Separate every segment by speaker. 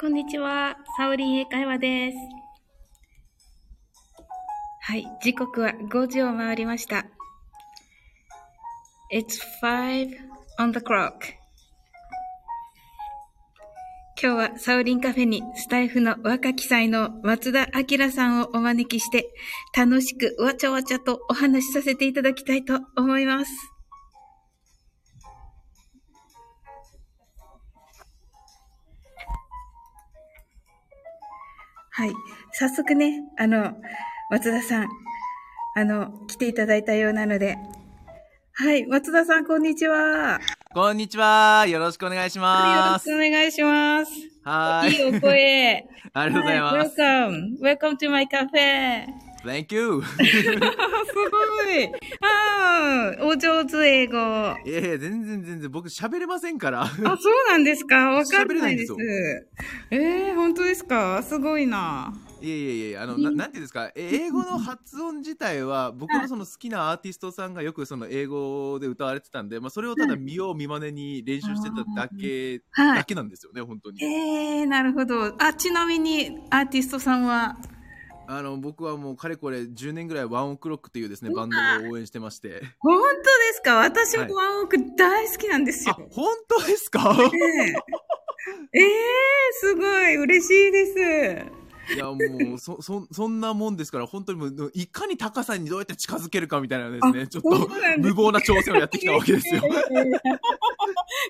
Speaker 1: こんにちは。サオリン英会話です。はい、時刻は5時を回りました。It's five on the clock. 今日はサオリンカフェにスタイフの若き才能松田明さんをお招きして楽しくわちゃわちゃとお話しさせていただきたいと思います。はい。早速ね、あの、松田さん、あの、来ていただいたようなので。はい。松田さん、こんにちは。よ
Speaker 2: こんにちは。よろしくお願いしま
Speaker 1: ろし
Speaker 2: す
Speaker 1: く。お願いします。
Speaker 2: はーい。
Speaker 1: いいお声。
Speaker 2: ありがとうございます。
Speaker 1: はい welcome. Welcome to my cafe.
Speaker 2: Thank you.
Speaker 1: あすごい。ああ、お上手英語。あ、
Speaker 2: いやいや、全然全然僕喋れませんから。
Speaker 1: そうなんですかわかんないです。
Speaker 2: 喋
Speaker 1: えー、本当ですかすごいな。
Speaker 2: いやいやいや、あの、ななんていうんですか、え英語の発音自体は、僕のその好きなアーティストさんがよくその英語で歌われてたんで、まあそれをただ見よう見まねに練習してただけ、
Speaker 1: はい
Speaker 2: だけなんですよね、本当に。
Speaker 1: えー、なるほど。あ、ちなみに、アーティストさんは
Speaker 2: あの、僕はもうかれこれ10年ぐらいワンオクロックというですね、バンドを応援してまして。
Speaker 1: 本当ですか私
Speaker 2: はい
Speaker 1: もワンオク大好きなんです
Speaker 2: あ
Speaker 1: よ。、
Speaker 2: 本当ですか
Speaker 1: ねええー、すごい嬉しいです。
Speaker 2: いやもうそ そそんなもんですから本当にもういかに高さにどうやって近づけるかみたいなです
Speaker 1: あ
Speaker 2: ねちょっ
Speaker 1: そ
Speaker 2: と
Speaker 1: うなんですね。
Speaker 2: 無謀な挑戦をやってきたわけですよ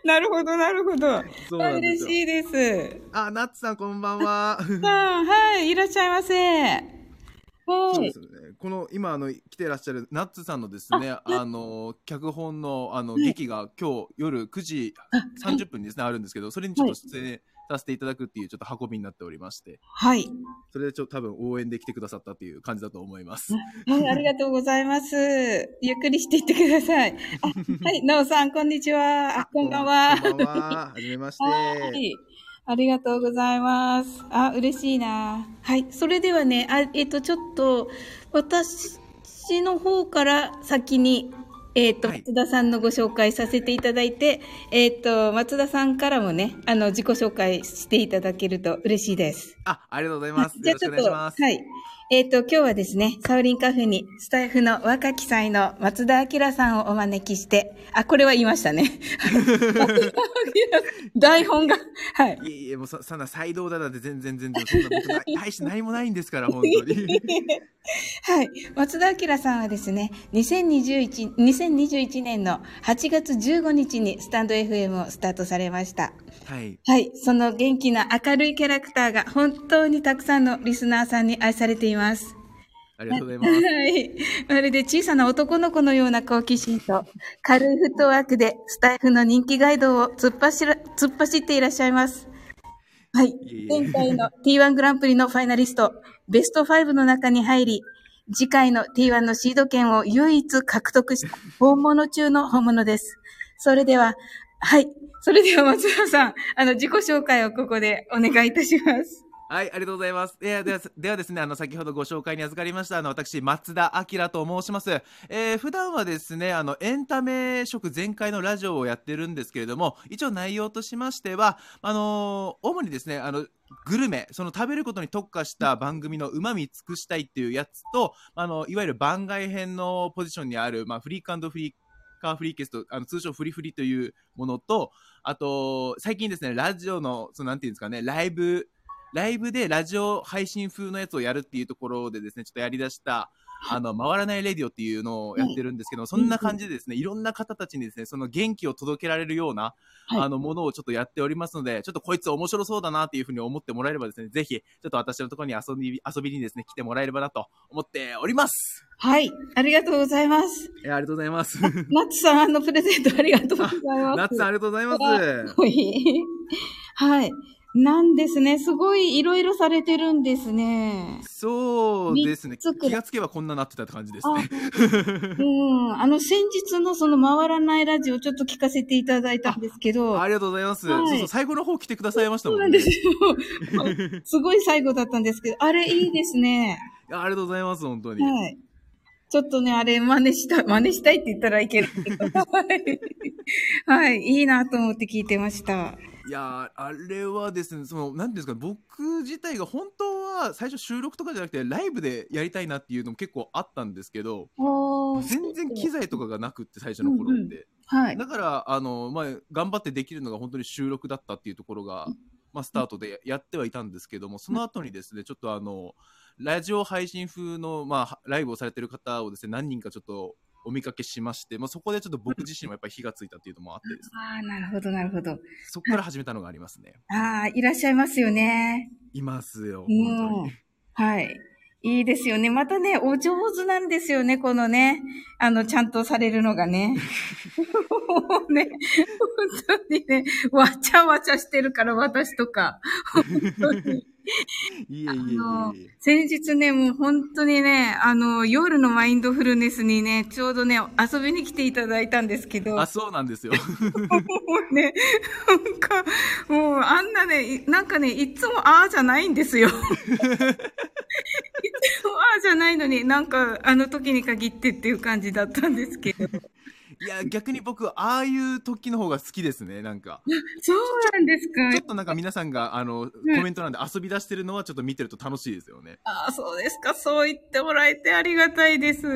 Speaker 1: なるほど、なるほど。
Speaker 2: そうなんで
Speaker 1: 嬉
Speaker 2: す
Speaker 1: し
Speaker 2: よ。
Speaker 1: いです。
Speaker 2: あナッツさんこんばん は。
Speaker 1: さあ、はい、いらっしゃいませ。は
Speaker 2: そう
Speaker 1: い
Speaker 2: です。よね。この今あの来てらっしゃるナッツさんのですねあの脚本のあの劇が今日夜9時30分にですねあるんですけどそれにちょっと出演させていただくっていうちょっと運びになっておりまして
Speaker 1: はい。
Speaker 2: それでちょっと多分応援で来てくださったっていう感じだと思います。
Speaker 1: はい、ありがとうございます。ゆっくりしていってください。あはい、なおさん、こんにちは。あ、こんばんは。
Speaker 2: こんばんは。はじめまして。
Speaker 1: はい。ありがとうございます。あ、嬉しいな。はい。それではね、あえっ、と、ちょっと、私の方から先に、えっ、と、
Speaker 2: はい
Speaker 1: 松田さんのご紹介させていただいて、えっ、と、松田さんからもね、あの、自己紹介していただけると嬉しいです。
Speaker 2: あ、ありがとうございます。
Speaker 1: じゃ
Speaker 2: よ
Speaker 1: あ
Speaker 2: ろ
Speaker 1: ち
Speaker 2: し
Speaker 1: ょ
Speaker 2: く
Speaker 1: っ
Speaker 2: お
Speaker 1: と
Speaker 2: 願いします。
Speaker 1: はい。えっ、と、今日はですね、サオリンカフェにスタイフの若き才能、松田明さんをお招きして、あ、これは言いました ね。松田明台本が、はい。
Speaker 2: いえいえ、もうそそんな才能だなんて全然全然、そんな僕な 大して何もないんですから、本当に。
Speaker 1: はい。松田明さんはですね、2021, 2021年の8月15日にスタンド FM をスタートされました。
Speaker 2: はい。
Speaker 1: はい。その元気な明るいキャラクターが本当にたくさんのリスナーさんに愛されています。
Speaker 2: ありがとうございます。
Speaker 1: はい。まるで小さな男の子のような好奇心と、軽いフットワークでスタイフの人気ガイドを突っ走ら突っ走っていらっしゃいます。はい
Speaker 2: いえい。え
Speaker 1: 前回の T1 グランプリのファイナリスト、ベスト5の中に入り、次回の T1 のシード権を唯一獲得した本物中の本物です。それでは、はい。それでは松田さん、あの、自己紹介をここでお願いいたします。
Speaker 2: はい、ありがとうございます。いや、では、ではですね、あの、先ほどご紹介に預かりました、あの、私、松田明と申します。えー、普段はですね、あの、エンタメ色全開のラジオをやってるんですけれども、一応内容としましては、あのー主にですね、あの、グルメ、その食べることに特化した番組の旨味尽くしたいっていうやつと、あの、いわゆる番外編のポジションにある、まあ、フリーカンドフリーカーフリーケスト、あの、通称フリフリというものと、あと、最近ですね、ラジオの、その、なんていうんですかね、ライブ、ライブでラジオ配信風のやつをやるっていうところでですね、ちょっとやりだした、あの、回らないレディオっていうのをやってるんですけど、そんな感じでですね、いろんな方たちにですね、その元気を届けられるような、
Speaker 1: はい
Speaker 2: あの、ものをちょっとやっておりますので、ちょっとこいつ面白そうだなっていうふうに思ってもらえればですね、ぜひ、ちょっと私のところに遊び、遊びにですね、来てもらえればなと思っております。
Speaker 1: はい。ありがとうございます。
Speaker 2: いやありがとうございます。
Speaker 1: ナッツさん、あのプレゼントありがとうございます。
Speaker 2: ナッツさんありがとうございます。
Speaker 1: すごい。はい。なんですね。すごいいろいろされてるんですね。
Speaker 2: そうですね。
Speaker 1: 三つくらい
Speaker 2: 気がつけばこんななってたって感じです
Speaker 1: あ
Speaker 2: ね。
Speaker 1: うん。あの、先日のその回らないラジオちょっと聞かせていただいたんですけ
Speaker 2: あ
Speaker 1: ど。
Speaker 2: りがとうございます。
Speaker 1: はい
Speaker 2: そうそう、最後の方来てくださいました
Speaker 1: そ
Speaker 2: も
Speaker 1: うんな
Speaker 2: ね。
Speaker 1: んですよ。 すごい最後だったんですけど、あれいいですね。
Speaker 2: いやありがとうございます、本当に。
Speaker 1: はい。ちょっとね、あれ、真似した、真似したいって言ったらいけるけ ど。はいはい、いいなと思って聞いてました。
Speaker 2: いやーあれはですねそのなんていうんですか僕自体が本当は最初収録とかじゃなくてライブでやりたいなっていうのも結構あったんですけど
Speaker 1: お
Speaker 2: 全然機材とかがなくって最初の
Speaker 1: う
Speaker 2: 頃
Speaker 1: んう
Speaker 2: っ
Speaker 1: ん
Speaker 2: て、
Speaker 1: はい。
Speaker 2: だからあの、まあ、頑張ってできるのが本当に収録だったっていうところが、まあ、スタートでやってはいたんですけどもその後にですねちょっとあのラジオ配信風の、まあ、ライブをされてる方をですね何人かちょっとお見かけしまして、まあ、そこでちょっと僕自身もやっぱり火がついたっていうのもあってですね
Speaker 1: ああ、なるほど、なるほど。
Speaker 2: そこから始めたのがありますね。
Speaker 1: ああ、いらっしゃいますよね。
Speaker 2: いますよ、
Speaker 1: うん
Speaker 2: 本当に。
Speaker 1: はい。いいですよね。またね、お上手なんですよね、このね。あの、ちゃんとされるのがね。 もうね、本当にね、わちゃわちゃしてるから、私とか。
Speaker 2: いえいえい
Speaker 1: あの
Speaker 2: えいえ。
Speaker 1: 先日ね、もう本当にね、あの、夜のマインドフルネスにね、ちょうどね、遊びに来ていただいたんですけど、も
Speaker 2: あ、そうなんですよ。
Speaker 1: うね、なんか、もうあんなね、いなんかね、いつもああじゃないんですよ。いつもああじゃないのに、なんか、あの時に限ってっていう感じだったんですけど。
Speaker 2: いや、逆に僕、ああいう時の方が好きですね、なんか。
Speaker 1: そうなんです
Speaker 2: ちょっ
Speaker 1: か。
Speaker 2: となんか皆さんが、あの、コメント欄で遊び出してるのはちょっと見てると楽しいですよね。
Speaker 1: ああ、そうですか。そう言ってもらえてありがたいです。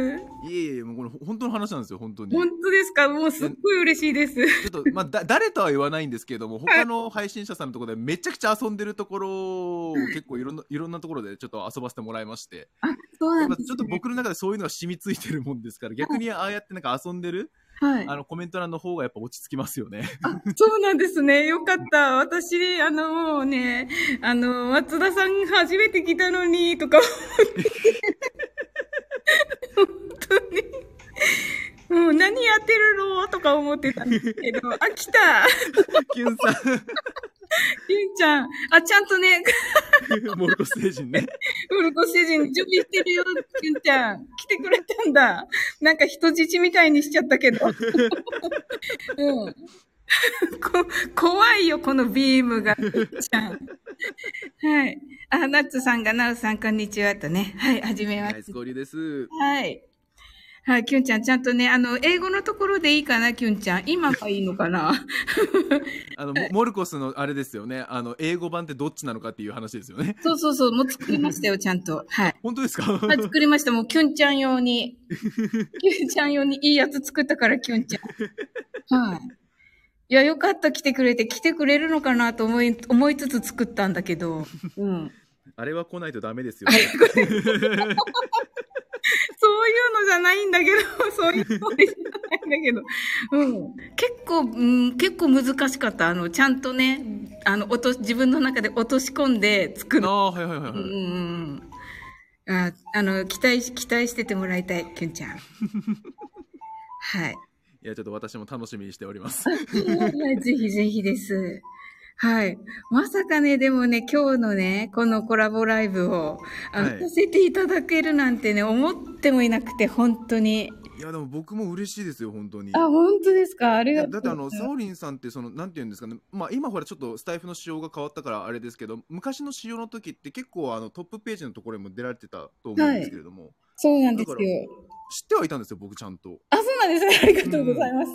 Speaker 2: いえいえ、もうこれほ本当の話なんですよ、本当に。
Speaker 1: 本
Speaker 2: ち
Speaker 1: 当ですか。もうすっごい嬉しいです。
Speaker 2: ょっと、まあ、だ、誰とは言わないんですけども、他の配信者さんのところでめちゃくちゃ遊んでるところを結構いろんな、いろんなところでちょっと遊ばせてもらいまして。
Speaker 1: あ、そうなん
Speaker 2: まあ
Speaker 1: で
Speaker 2: ち
Speaker 1: す
Speaker 2: ょっと僕の中でそういうのが染みついてるもんですから、逆にああやってなんか遊んでる、
Speaker 1: はい。
Speaker 2: あの、コメント欄の方がやっぱ落ち着きますよね。
Speaker 1: あ、そうなんですね。よかった。私、あの、もうね、あの、松田さん初めて来たのに、とか思って。本当に。もう何やってるのとか思ってたんですけど、あ、来た
Speaker 2: キュンさん。
Speaker 1: ゆんちゃん。あ、ちゃんとね、
Speaker 2: モルコステージにね。
Speaker 1: ウルコ主人準備してるよ、ゆんちゃん。来てくれたんだ。なんか人質みたいにしちゃったけど。うん。こ怖いよ、このビームが。ゆんちゃん。はい。あ、ナッツさんが、ナウさん、こんにちは、とね。はい、はじめま
Speaker 2: ナ
Speaker 1: し
Speaker 2: イス
Speaker 1: て。
Speaker 2: 交流です。
Speaker 1: はい。はい、きゅんちゃん、ちゃんとね、あの、英語のところでいいかな、きゅんちゃん。今はいいのかな
Speaker 2: あの、モモルコスのあれですよね。あの、英語版ってどっちなのかっていう話ですよね。
Speaker 1: そうそうそう、もう作りましたよ、ちゃんと。はい。
Speaker 2: 本当ですか
Speaker 1: はい、作りました。もう、キュンちゃん用に。 キュンちゃん用にいいやつ作ったから、キュンちゃん。はい。いや、よかった、来てくれて。来てくれるのかなと思い、思いつつ作ったんだけど。うん。
Speaker 2: あれは来ないとダメですよね。
Speaker 1: そういうのじゃないんだけど、 そういうのじゃないんだけど。うん。結構、うん、結構難しかった。あの、ちゃんとね、あの、落とし自分の中で落とし込んで作
Speaker 2: あ
Speaker 1: る。
Speaker 2: あ、はいはいはいは
Speaker 1: うん
Speaker 2: い。
Speaker 1: うんうん。あ、あの、期待し、期待しててもらいたい、キュン ちゃん。はい。
Speaker 2: いや、ちょっと私も楽しみにしております。
Speaker 1: いや ぜひぜひです。はい。まさかね、でもね、今日のね、このコラボライブを、あの、
Speaker 2: はい
Speaker 1: させていただけるなんてね、思ってもいなくて、本当に。
Speaker 2: いや、でも僕も嬉しいですよ、本当に。
Speaker 1: あ、本当ですかあり
Speaker 2: い
Speaker 1: が
Speaker 2: や
Speaker 1: とう。
Speaker 2: だってあの、サオリンさんって、その、なんて言うんですかね。まあ、今ほら、ちょっとスタイフの仕様が変わったからあれですけど、昔の仕様の時って結構、あの、トップページのところにも出られてたと思うんですけれども、
Speaker 1: そうなんです
Speaker 2: だから
Speaker 1: よ。
Speaker 2: 知ってはいたんですよ、僕ちゃんと。
Speaker 1: あ、そうなんですね。ありがとうございます。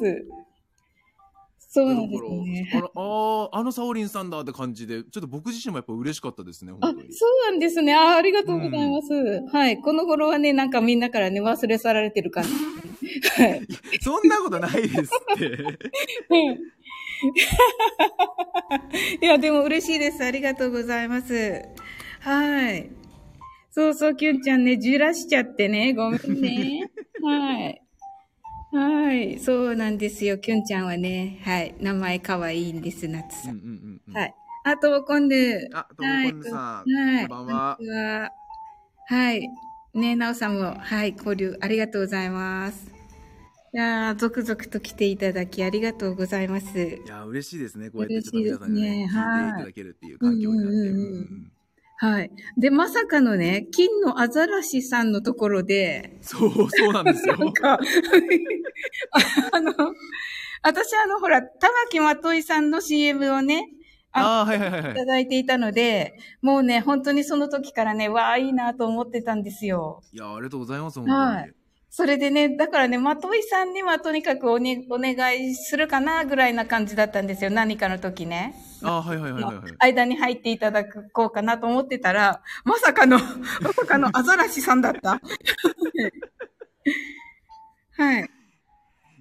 Speaker 1: そうなんですよね。
Speaker 2: だからあのあーあのサオリンさんだって感じで、ちょっと僕自身もやっぱ嬉しかったですね、
Speaker 1: あ、そう
Speaker 2: 本当に。
Speaker 1: なんですね。あ、ありがとうございます。はい。この頃はね、なんかみんなからね、忘れ去られてる感じ。はい。
Speaker 2: そんなことないです って。
Speaker 1: いや、でも嬉しいです。ありがとうございます。はい。そうそう、きゅんちゃんね、じらしちゃってね、ごめん ね。はい。はい。そうなんですよ。きゅんちゃんはね、はい。名前かわいいんです、夏さ
Speaker 2: うんうん
Speaker 1: ん。
Speaker 2: うんうん。
Speaker 1: はい。あ、ともこんぬ。
Speaker 2: あ、どうもこんにちは。
Speaker 1: はい。
Speaker 2: こんばんは
Speaker 1: こ。んにちは。はい。ねなおさんも、はい、交流ありがとうございます。いやー続々と来ていただきありがとうございます
Speaker 2: い。や、嬉しいですね。こうやってちょっと皆さんに
Speaker 1: 嬉しいで
Speaker 2: ね、
Speaker 1: すね
Speaker 2: 聞いていただけるっていう環境になって。
Speaker 1: はいう
Speaker 2: うん
Speaker 1: んうんう
Speaker 2: う
Speaker 1: ん
Speaker 2: ん
Speaker 1: はい。で、まさかのね、金のアザラシさんのところで、
Speaker 2: そう、そうなんです よ。
Speaker 1: なんか、あの、私あの、ほら、玉木まといさんの CM をね、
Speaker 2: ああー、はいはいはい
Speaker 1: い
Speaker 2: はい
Speaker 1: た。だいていたので、もうね、本当にその時からね、わあ、いいなと思ってたんですよ。
Speaker 2: いや、ありがとうございます、本当に。
Speaker 1: はいそれでね、だからね、まといさんにはとにかくお,、ね、お願いするかなぐらいな感じだったんですよ。何かの時ね。
Speaker 2: あはいはいはいはい、はい。
Speaker 1: 間に入っていただこうかなと思ってたら、まさかの、 まさかのアザラシさんだった。 はい。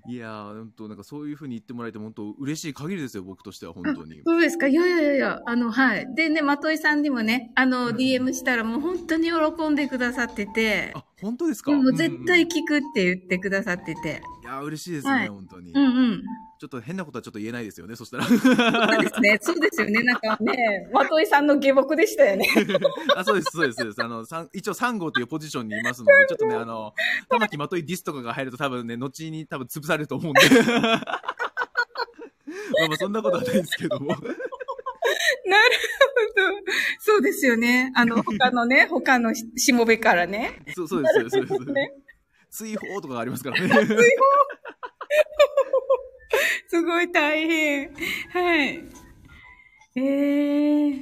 Speaker 2: いやー、本当なんかそういう風に言ってもらえて、本当嬉しい限りですよ、僕としては本当に。
Speaker 1: どうですかいやいやいや、あの、はい。でね、まといさんにもね、あの、
Speaker 2: うん
Speaker 1: DM したらもう本当に喜んでくださってて、
Speaker 2: あ、本当ですか。
Speaker 1: でも絶
Speaker 2: うんうん
Speaker 1: 対聞くって言ってくださってて。
Speaker 2: いやー、嬉しいですね、
Speaker 1: はい
Speaker 2: 本当に。
Speaker 1: うんうん。
Speaker 2: ちょっと変なことはちょっと言えないですよね、そしたら。
Speaker 1: そうです ね。そうですよね。なんかね、まといさんの下僕でした よね。
Speaker 2: あ、そうです、そうです、そうです。あの、さん一応3号というポジションにいますので、ちょっとね、あの、玉木まといディスとかが入ると多分ね、後に多分潰されると思 うんで。 まあまあ、そんなことはないですけ ども。
Speaker 1: なるほど。そうですよね。あの、他のね、他のししもべからね。
Speaker 2: そうそうです、そうです、そうで
Speaker 1: ね
Speaker 2: す。追放とかがありま すからね。
Speaker 1: すごい大変。はい。えー。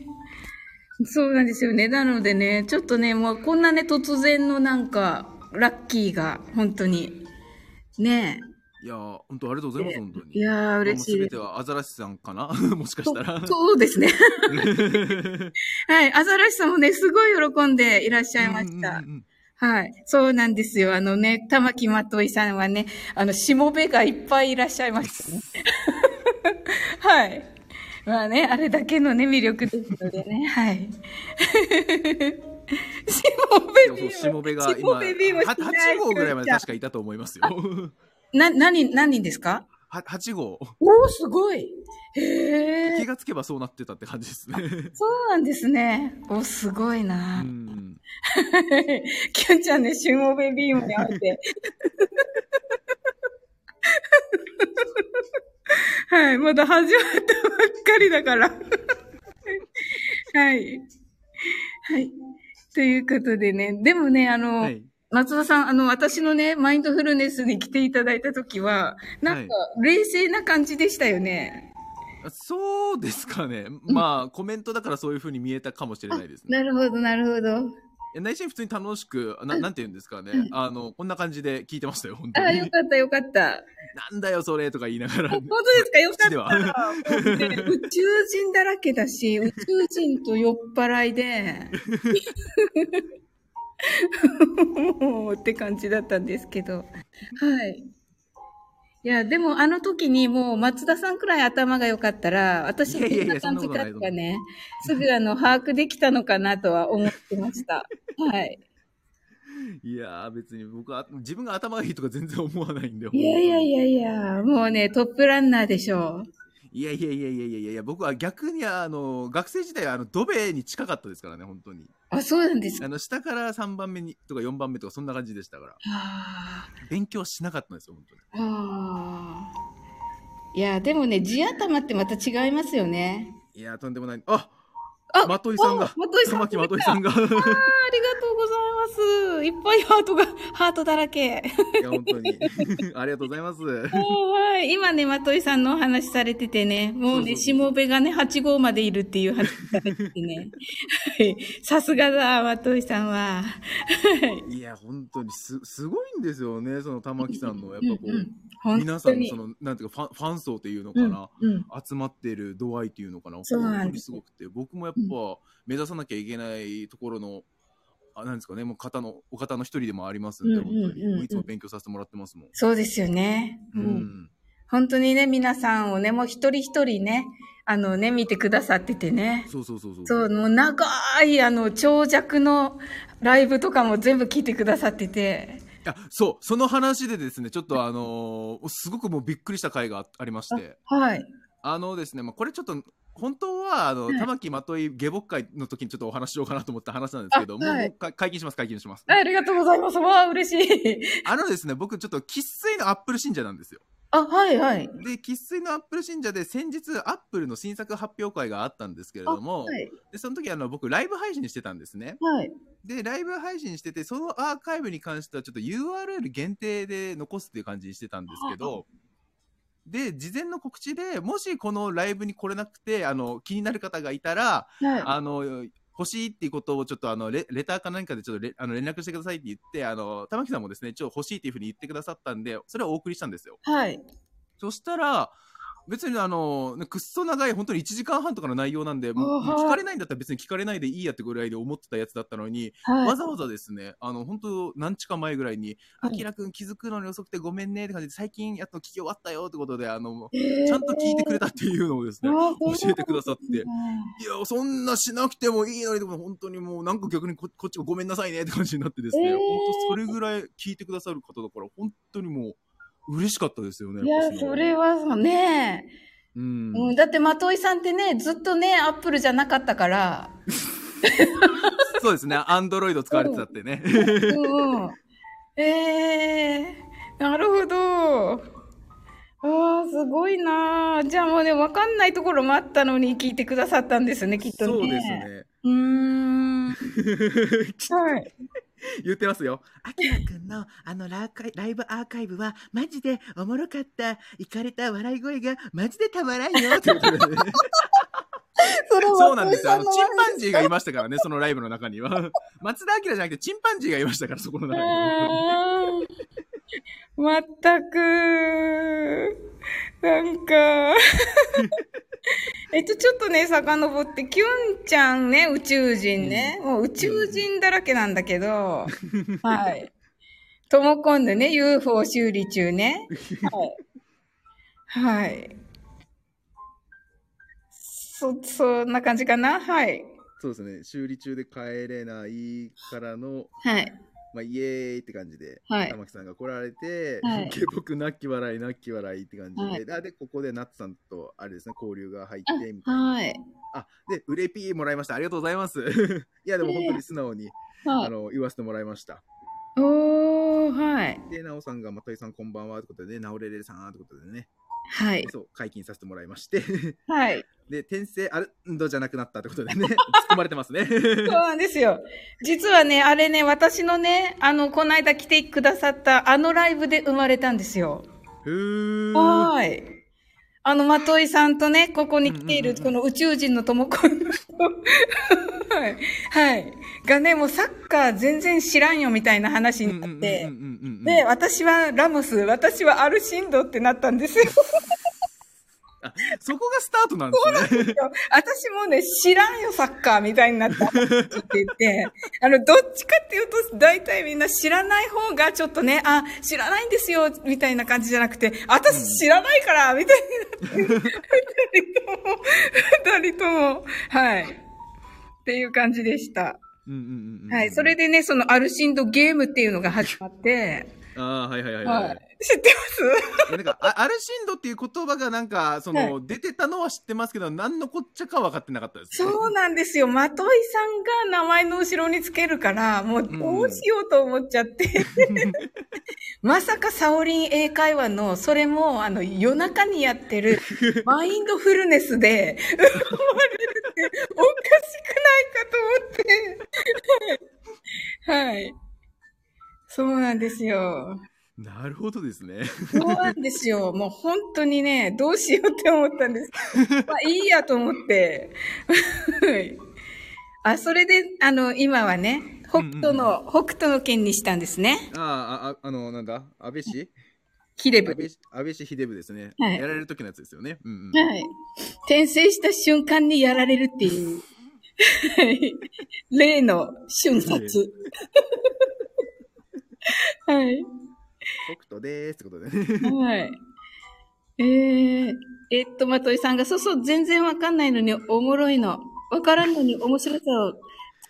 Speaker 1: そうなんですよね。なのでね、ちょっとね、もうこんなね、突然のなんか、ラッキーが、本当に。ね
Speaker 2: いやー、本当ありがとうございます、本当に。
Speaker 1: え。いやー、嬉しい
Speaker 2: も
Speaker 1: で
Speaker 2: う全て
Speaker 1: す。
Speaker 2: はアザラシさんかな もしかしたら。
Speaker 1: そう ですね。はい。アザラシさんもね、すごい喜んでいらっしゃいまし
Speaker 2: う
Speaker 1: た
Speaker 2: ん。うんうん
Speaker 1: はい。そうなんですよ。あのね、玉木まといさんはね、あの、しもべがいっぱいいらっしゃいました、 ね。はい。まあね、あれだけのね、魅力ですのでね、 はい。しも
Speaker 2: いや
Speaker 1: べ
Speaker 2: も
Speaker 1: ビ
Speaker 2: うし
Speaker 1: ー
Speaker 2: も
Speaker 1: ム
Speaker 2: べが
Speaker 1: し
Speaker 2: 今、
Speaker 1: もべビームし
Speaker 2: は
Speaker 1: ない
Speaker 2: 8号ぐらいまで確
Speaker 1: か
Speaker 2: かいたと思いますよ。
Speaker 1: な、何、何人ですか
Speaker 2: は8号。
Speaker 1: おおすごいへ
Speaker 2: 気
Speaker 1: え。
Speaker 2: がつけばそうなってたって感じですね。
Speaker 1: そうなんですね。おすごいうな。
Speaker 2: ん。
Speaker 1: キュンちゃんね、しもべビームに会って。 はい、まだ始まったばっかりだから。 はい。はい。ということでね、でもね、あの、
Speaker 2: はい。
Speaker 1: 松田さん、あの、私のね、マインドフルネスに来ていただいたときは、なんか、冷静な感じでしたよね。
Speaker 2: そうですかね。まあ、コメントだからそういう風に見えたかもしれないですね。
Speaker 1: なるほど、なるほど。
Speaker 2: いや内心普通に楽しく、ななんて言うんですかね。あの、こんな感じで聞いてましたよ、本当
Speaker 1: あ、
Speaker 2: に
Speaker 1: よ。かった、よかった。
Speaker 2: なんだよ、それとか言いながら。
Speaker 1: 本当ですかよ
Speaker 2: こっちでは
Speaker 1: かった。もうね宇宙人だらけだし、宇宙人と酔っ払いで、もうって感じだったんですけど。はい。いや、でもあの時にもう松田さんくらい頭が良かったら、私
Speaker 2: いやいや
Speaker 1: どん
Speaker 2: いや
Speaker 1: な感じか
Speaker 2: そんなこと
Speaker 1: と
Speaker 2: な
Speaker 1: か
Speaker 2: い
Speaker 1: ね、すぐあの、把握できたのかなとは思ってました。はい。
Speaker 2: いやー、別に僕は、自分が頭がいいとか全然思わないんで。
Speaker 1: いやいやいやいや、もうね、トップランナーでしょう。
Speaker 2: いやいやいやいやいやいやいや、僕は逆にあの、学生時代はあの、ドベに近かったですからね、本当に。
Speaker 1: あ、そうなんですか。
Speaker 2: あの、下から3番目に、とか4番目とかそんな感じでしたから。
Speaker 1: はあ
Speaker 2: 勉強しなかったんですよ、本当に。
Speaker 1: ああ。いや、でもね、地頭ってまた違いますよね。
Speaker 2: いやー、とんでもない。あ
Speaker 1: あ
Speaker 2: まといさんが
Speaker 1: あ。まといさん
Speaker 2: 玉木まといさんが。い
Speaker 1: あありがとうございます。いっぱいハートが、ハートだら け。
Speaker 2: や、本当 に。ありがとうございます。
Speaker 1: あーはい。今ね、まといさんのお話されててね、もう
Speaker 2: そうそう
Speaker 1: ね、
Speaker 2: そう
Speaker 1: しもべがね、8号までいるっていう話されてて ね。はいさすがだ、まといさんは。はい
Speaker 2: いや、本当にす、すごいんですよね、その玉木さんの、やっぱこ
Speaker 1: うんうん
Speaker 2: う、
Speaker 1: 本
Speaker 2: 皆さ
Speaker 1: 当
Speaker 2: んの
Speaker 1: に
Speaker 2: そ。の、なんていうか、ファン、ファン層っていうのかな。
Speaker 1: うんうん
Speaker 2: 集まっている度合いっていうのかな。
Speaker 1: そう
Speaker 2: 本
Speaker 1: な
Speaker 2: 当
Speaker 1: ん
Speaker 2: に
Speaker 1: ですす
Speaker 2: ごくて、僕もやっぱ、目指さなきゃいけないところの、あなんですかね、もう方の、お方の一人でもありますんで、
Speaker 1: うんうんうんうん
Speaker 2: 本当に。もういつも勉強させてもらってますもん。
Speaker 1: そうですよね。
Speaker 2: う
Speaker 1: うん
Speaker 2: ん。
Speaker 1: 本当にね、皆さんをね、もう一人一人ね、あのね、見てくださっててね。
Speaker 2: そうそうそうそう。
Speaker 1: そう、もう長い、あの、長尺のライブとかも全部聞いてくださってて。
Speaker 2: あそう、その話でですね、ちょっとあのーすごくもうびっくりした回があありまして、
Speaker 1: はい。
Speaker 2: あのですね、まあ、これちょっと、本当は、あの、玉木まとい下僕会の時にちょっとお話しようかなと思った話なんですけど、
Speaker 1: あはい
Speaker 2: もうか解禁します、解禁します。
Speaker 1: あありがとうございます。わあ、嬉しい。
Speaker 2: あのですね、僕ちょっと喫水のアップル信者なんですよ。
Speaker 1: あ、はい、はい。
Speaker 2: で、喫水のアップル信者で先日、アップルの新作発表会があったんですけれ
Speaker 1: あ
Speaker 2: ども、
Speaker 1: はい、
Speaker 2: で、その時あの、僕ライブ配信してたんですね。
Speaker 1: はい。
Speaker 2: で、ライブ配信してて、そのアーカイブに関してはちょっと URL 限定で残すっていう感じにしてたんですけど、で、事前の 告知で、もしこのライブに来れなくて、あの、気になる方がいたら、
Speaker 1: はい。
Speaker 2: あの、欲しいっていうことをちょっとあのレレターか何かでちょっとれあの連絡してくださいって言って、あの、玉木さんもですね、ちょっと欲しいっていうふうに言ってくださったんで、それをお送りしたんですよ。
Speaker 1: はい。
Speaker 2: そしたら、別にあの、ねくっそ長い、本当に1時間半とかの内容なんで、もう
Speaker 1: あは
Speaker 2: 聞かれないんだったら別に聞かれないでいいやってぐらいで思ってたやつだったのに、
Speaker 1: は
Speaker 2: わ
Speaker 1: い。
Speaker 2: ざわざですね、あの、本当何日か前ぐらいに、
Speaker 1: は
Speaker 2: あ
Speaker 1: い
Speaker 2: きらくん気づくのに遅くてごめんねって感じで、最近やっと聞き終わったよってことで、あの、
Speaker 1: えー
Speaker 2: ちゃんと聞いてくれたっていうのをですね、
Speaker 1: あー
Speaker 2: 教えてくださっ
Speaker 1: そう
Speaker 2: て、
Speaker 1: なん
Speaker 2: いや、そんなしなくてもいいのに、でも本当にもう、なんか逆にここっちがごめんなさいねって感じになってです
Speaker 1: え
Speaker 2: ね、
Speaker 1: ー
Speaker 2: 本当それぐらい聞いてくださる方だから、本当にもう、嬉しかったですよね。
Speaker 1: いや、
Speaker 2: っぱ
Speaker 1: それ。はそうね、
Speaker 2: うん。
Speaker 1: うん。だって、的井さんってね、ずっとね、アップルじゃなかったから。
Speaker 2: そうですね、アンドロイド使われてたってね。
Speaker 1: うんうん。えー、なるほど。ああ、すごいなー。じゃあもうね、わかんないところもあったのに聞いてくださったんですね、きっとね。
Speaker 2: そうです。ね。
Speaker 1: うーん。はい。
Speaker 2: 言ってますよ。あきらくんのあのラーカイライブアーカイブは、マジでおもろかった、いかれた笑い声が、マジでたまらんよ、 ってことでね
Speaker 1: それは
Speaker 2: そうなんですよ。あの、チ
Speaker 1: 松井
Speaker 2: ン
Speaker 1: さの
Speaker 2: パンジーがいましたからね、そのライブの中には。 松田明じゃなくて、チンパンジーがいましたから、そこの中に。
Speaker 1: うーんまったく、なんか、 えっと、ちょっとね、遡って、キュンちゃんね、宇宙人ね、もう宇宙人だらけなんだけど、はい。ともこんでね、UFO 修理中ね。はい。はい。そ、そんな感じかなはい。
Speaker 2: そうですね、修理中で帰れないからの、
Speaker 1: はい。
Speaker 2: まあ、イエーイって感じで、
Speaker 1: はい
Speaker 2: 玉木さんが来られて、
Speaker 1: はい
Speaker 2: け僕、なき笑い、なき笑いって感じ
Speaker 1: はい
Speaker 2: で、あで、ここでナッツさんと、あれですね、交流が入って、みたいな。
Speaker 1: はい。
Speaker 2: あ、で、売れピーもらいました。ありがとうございます。 いや、でも本当に素直に、
Speaker 1: は
Speaker 2: あ
Speaker 1: い。
Speaker 2: の、言わせてもらいました。
Speaker 1: おー、はい。
Speaker 2: で、なおさんが、まといさんこんばんは、ってことでね、なおれれさん、ってことでね、
Speaker 1: はい。
Speaker 2: そう、解禁させてもらいまして、
Speaker 1: はい。
Speaker 2: で、転生、あるんどじゃなくなったってこ とでね、突っ込まれてますね。
Speaker 1: そうなんですよ。実はね、あれね、私のね、あの、この間来てくださった、あのライブで生まれたんですよ。
Speaker 2: ふー。
Speaker 1: はーい。あの、まといさんとね、ここに来てい
Speaker 2: うん
Speaker 1: る、
Speaker 2: うん
Speaker 1: この宇宙人の友子はい。はい。がね、もうサッカー全然知らんよみたいな話
Speaker 2: うん
Speaker 1: に
Speaker 2: うんう
Speaker 1: なんっ
Speaker 2: うん
Speaker 1: て、
Speaker 2: うんうん
Speaker 1: で、私はラモス、私はアルシンドってなったんですよ。
Speaker 2: あそこがスタートなんですね。
Speaker 1: 私もね、知らんよ、サッカーみたいになったって言って、 あの、どっちかっていうと、大体みんな知らない方が、ちょっとね、あ、知らないんですよ、みたいな感じじゃなくて、私知らないから、みたいになって、二人とも、二人とも、はい。っていう感じでした。
Speaker 2: うんうんうんうん
Speaker 1: はい。それ。でね、そのアルシンドゲームっていうのが始まって、
Speaker 2: ああ、はいはいはいはい。
Speaker 1: はい。知ってま
Speaker 2: いやなんか、あアルシンドっていう言葉がなんか、その、出てたのは知ってますけど、何のこっちゃか分かってなかったですす。
Speaker 1: そうなんですよ。まといさんが名前の後ろにつけるから、もうどうしようと思っちゃって。まさかサオリン英会話の、それも、あの、夜中にやってる、マインドフルネスで、生まれるって、おかしくないかと思って。はい。そうなんですよ。
Speaker 2: なるほどです ね。
Speaker 1: そうなんですよ。もう本当にね、どうしようって思ったんです。 まあいいやと思って。はいあ、それで、あの、今はね、北斗の、北斗の県にしたんですね。
Speaker 2: ああ、あ、あの、なんだ安倍氏
Speaker 1: キレ
Speaker 2: 安
Speaker 1: ブ。
Speaker 2: 倍氏安倍氏秀部ですね。
Speaker 1: はい
Speaker 2: やられる時のやつですよね。うんうん。
Speaker 1: はい。転生した瞬間にやられるっていう。はい例の瞬殺。 はい。
Speaker 2: 北斗でーすってことでね。
Speaker 1: はい。えー、えっと、まといさんが、そうそう、全然わかんないのにおもろいの。わからんのに面白さを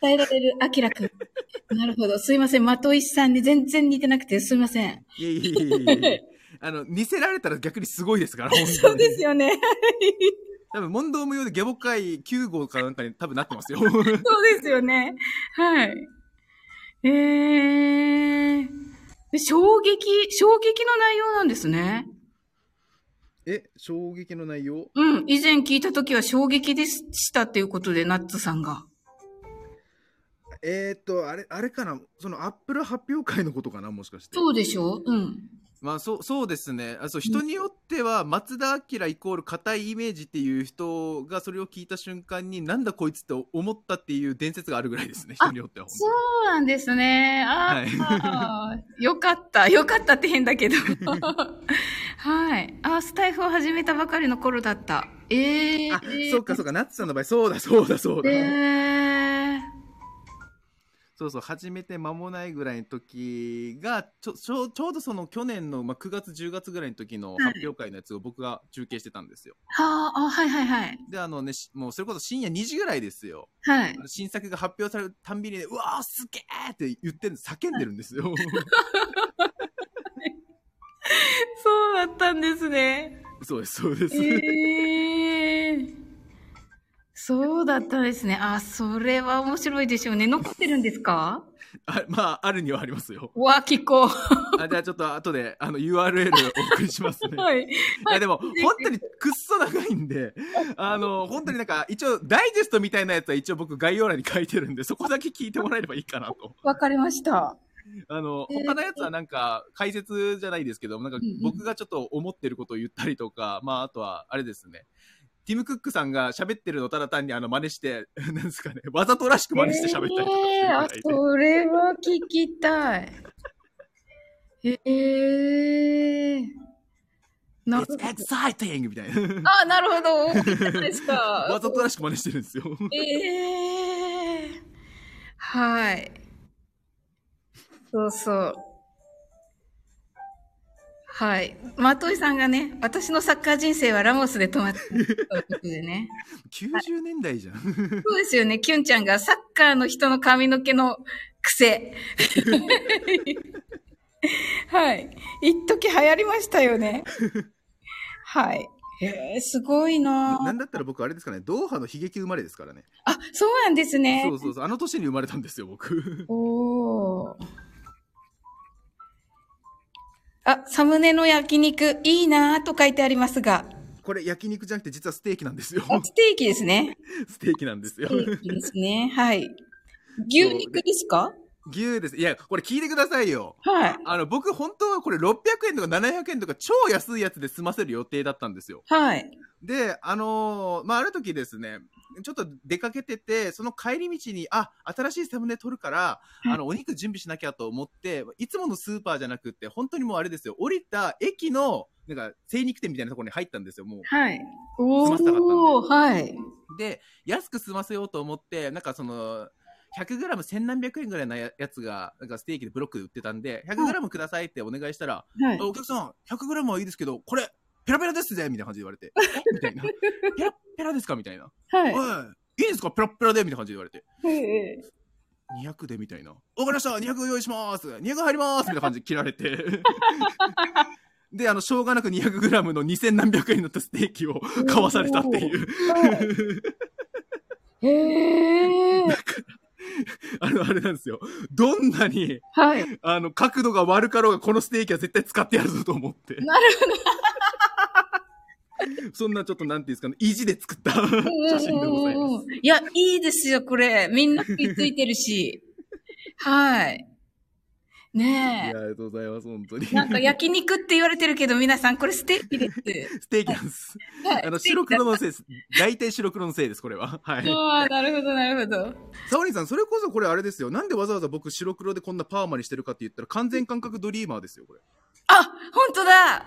Speaker 1: 伝えられるあきらくん。 なるほど。すいません。まといさんに全然似てなくて、すいません。
Speaker 2: いえいえいえいえい え。あの、似せられたら逆にすごいですから、本当に
Speaker 1: そうですよね。
Speaker 2: 多分、問答無用で下僕会9号かなんかに多分なってます よ。
Speaker 1: そうですよね。はい。えー。で衝撃、衝撃の内容なんですね。
Speaker 2: え、衝撃の内容
Speaker 1: うん。以前聞いたときは衝撃でしたっていうことで、ナッツさんが。
Speaker 2: えーっと、あれ、あれかなそのアップル発表会のことかなもしかして。
Speaker 1: そうでしょうん。
Speaker 2: まあ、そうそうですねあそう人によっては松田明イコール硬いイメージっていう人がそれを聞いた瞬間になんだこいつって思ったっていう伝説があるぐらいですね
Speaker 1: あ
Speaker 2: 人によっては
Speaker 1: そうなんですね。あー、あー よかった。よかったって変だけど。 はい。あ、スタイフを始めたばかりの頃だった。ええー。
Speaker 2: あそうかそうかナッツさんの場合そうだそうだそうだ、
Speaker 1: ええー。
Speaker 2: そうそう始めて間もないぐらいの時がちょちょちょうどその去年の、まあ、9月10月ぐらいの時の
Speaker 1: はい
Speaker 2: 発表会のやつを僕が中継してたんですよ、
Speaker 1: はあ、あ、はいはいはい。
Speaker 2: であのねしもうそれこそ深夜2時ぐらいですよ
Speaker 1: はい。
Speaker 2: 新作が発表されるたんびにね、うわーすげーって言ってる叫んでるんで すよ。
Speaker 1: そうだったんですね。
Speaker 2: そうです、そうです。
Speaker 1: ええー。そうだったですね。あ、それは面白いでしょうね。残ってるんですか
Speaker 2: あまあ、あるにはありますよ。
Speaker 1: うわ、聞こう。
Speaker 2: あじゃあちょっと後であの URL お送りしますね。い
Speaker 1: はい。
Speaker 2: やでも、本当にくっそ長い んで、あの、本当になんか、一応、ダイジェストみたいなやつは一応僕概要欄に書いてるんで、そこだけ聞いてもらえればいいかなと。
Speaker 1: わかりました。
Speaker 2: あの、
Speaker 1: えー
Speaker 2: 他のやつはなんか、解説じゃないですけども、なんか
Speaker 1: うんうん
Speaker 2: 僕がちょっと思ってることを言ったりとか、まあ、あとは、あれですね。ティム・クックさんが喋ってるのをただ単にあの真似して、 なんですかね、わざとらしく真似して喋ったりとかして
Speaker 1: え
Speaker 2: るぐ
Speaker 1: ー
Speaker 2: ら
Speaker 1: あ
Speaker 2: いで、
Speaker 1: それは聞きたい。えー、な
Speaker 2: It's exciting! みたいな。
Speaker 1: あ、なるほど。大きいじゃないですか。
Speaker 2: わざとらしく真似してるんですよ。
Speaker 1: えー、はい。そうそう。はい。マトイさんがね、私のサッカー人生はラモスで止まったということでね。
Speaker 2: 90年代じゃん。
Speaker 1: そうですよね。キュンちゃんがサッカーの人の髪の毛の癖。 はい。一時流行りましたよね。はい。へえ、すごいな
Speaker 2: な
Speaker 1: ぁ
Speaker 2: んだったら僕、あれですかね、ドーハの悲劇生まれですからね。
Speaker 1: あ、そうなんですね。
Speaker 2: そうそうそう、あの年に生まれたんですよ、僕。
Speaker 1: おお。あ、サムネの焼肉、いいなぁと書いてありますが、
Speaker 2: これ、焼肉じゃなくて、実はステーキなんですよ。
Speaker 1: あステーキですね。
Speaker 2: ステーキなんですよ
Speaker 1: ステ。ーキですね。はい。牛肉ですか
Speaker 2: 牛です。いや、これ聞いてくださいよ。
Speaker 1: はい。
Speaker 2: あの、僕、本当はこれ600円とか700円とか超安いやつで済ませる予定だったんですよ。
Speaker 1: はい。
Speaker 2: で、あのーまあ、ある時ですね、ちょっと出かけてて、その帰り道に、あ、新しいサムネ撮るから、あの、お肉準備しなきゃと思って、いつものスーパーじゃなくって、本当にもうあれですよ、降りた駅の、なんか、精肉店みたいなところに入ったんですよ、もう。
Speaker 1: はい。お
Speaker 2: 済ませたかったんで
Speaker 1: おはい。
Speaker 2: で、安く済ませようと思って、なんかその、100グラム千何百円ぐらいのややつが、なんかステーキでブロックで売ってたんで、100グラムくださいってお願いしたら、
Speaker 1: はい
Speaker 2: あ。お客さん、100グラムはいいですけど、これ、ペラペラですぜみたいな感じで言わ れて、えみたいな。ペラペラですかみたいな。
Speaker 1: はい。
Speaker 2: はい。いいですかペラペラでみたいな感じで言われて。
Speaker 1: ええ
Speaker 2: 200でみたいな。わかりました !200 用意します200入りますみたいな感じで切られて。 で、あの、しょうがなく200グラムの2000何百円だったステーキを買わされたっていう。
Speaker 1: へえ。
Speaker 2: あの、あれなんですよ。どんなに、
Speaker 1: はい。
Speaker 2: あの、角度が悪かろうが、このステーキは絶対使ってやるぞと思って。
Speaker 1: なる
Speaker 2: そんなちょっと、なんていうんですかね、意地で作った
Speaker 1: ほど。
Speaker 2: 写真でございます。
Speaker 1: いや、いいですよ、これ。みんな食いついてるし。はい。
Speaker 2: いや、あ
Speaker 1: ね
Speaker 2: りがとうございます、本当に。
Speaker 1: え。なんか焼肉って言われてるけど、皆さん、これステーキです。
Speaker 2: ステーキなんです。
Speaker 1: はい。
Speaker 2: あの、白黒のせいです。大体白黒のせいです、これは。はい。
Speaker 1: ああ、なるほど、なるほど。
Speaker 2: サオリンさん、それこそこれあれですよ。なんでわざわざ僕白黒でこんなパーマにしてるかって言ったら、完全感覚ドリーマーですよ、これ。
Speaker 1: あ、本当だ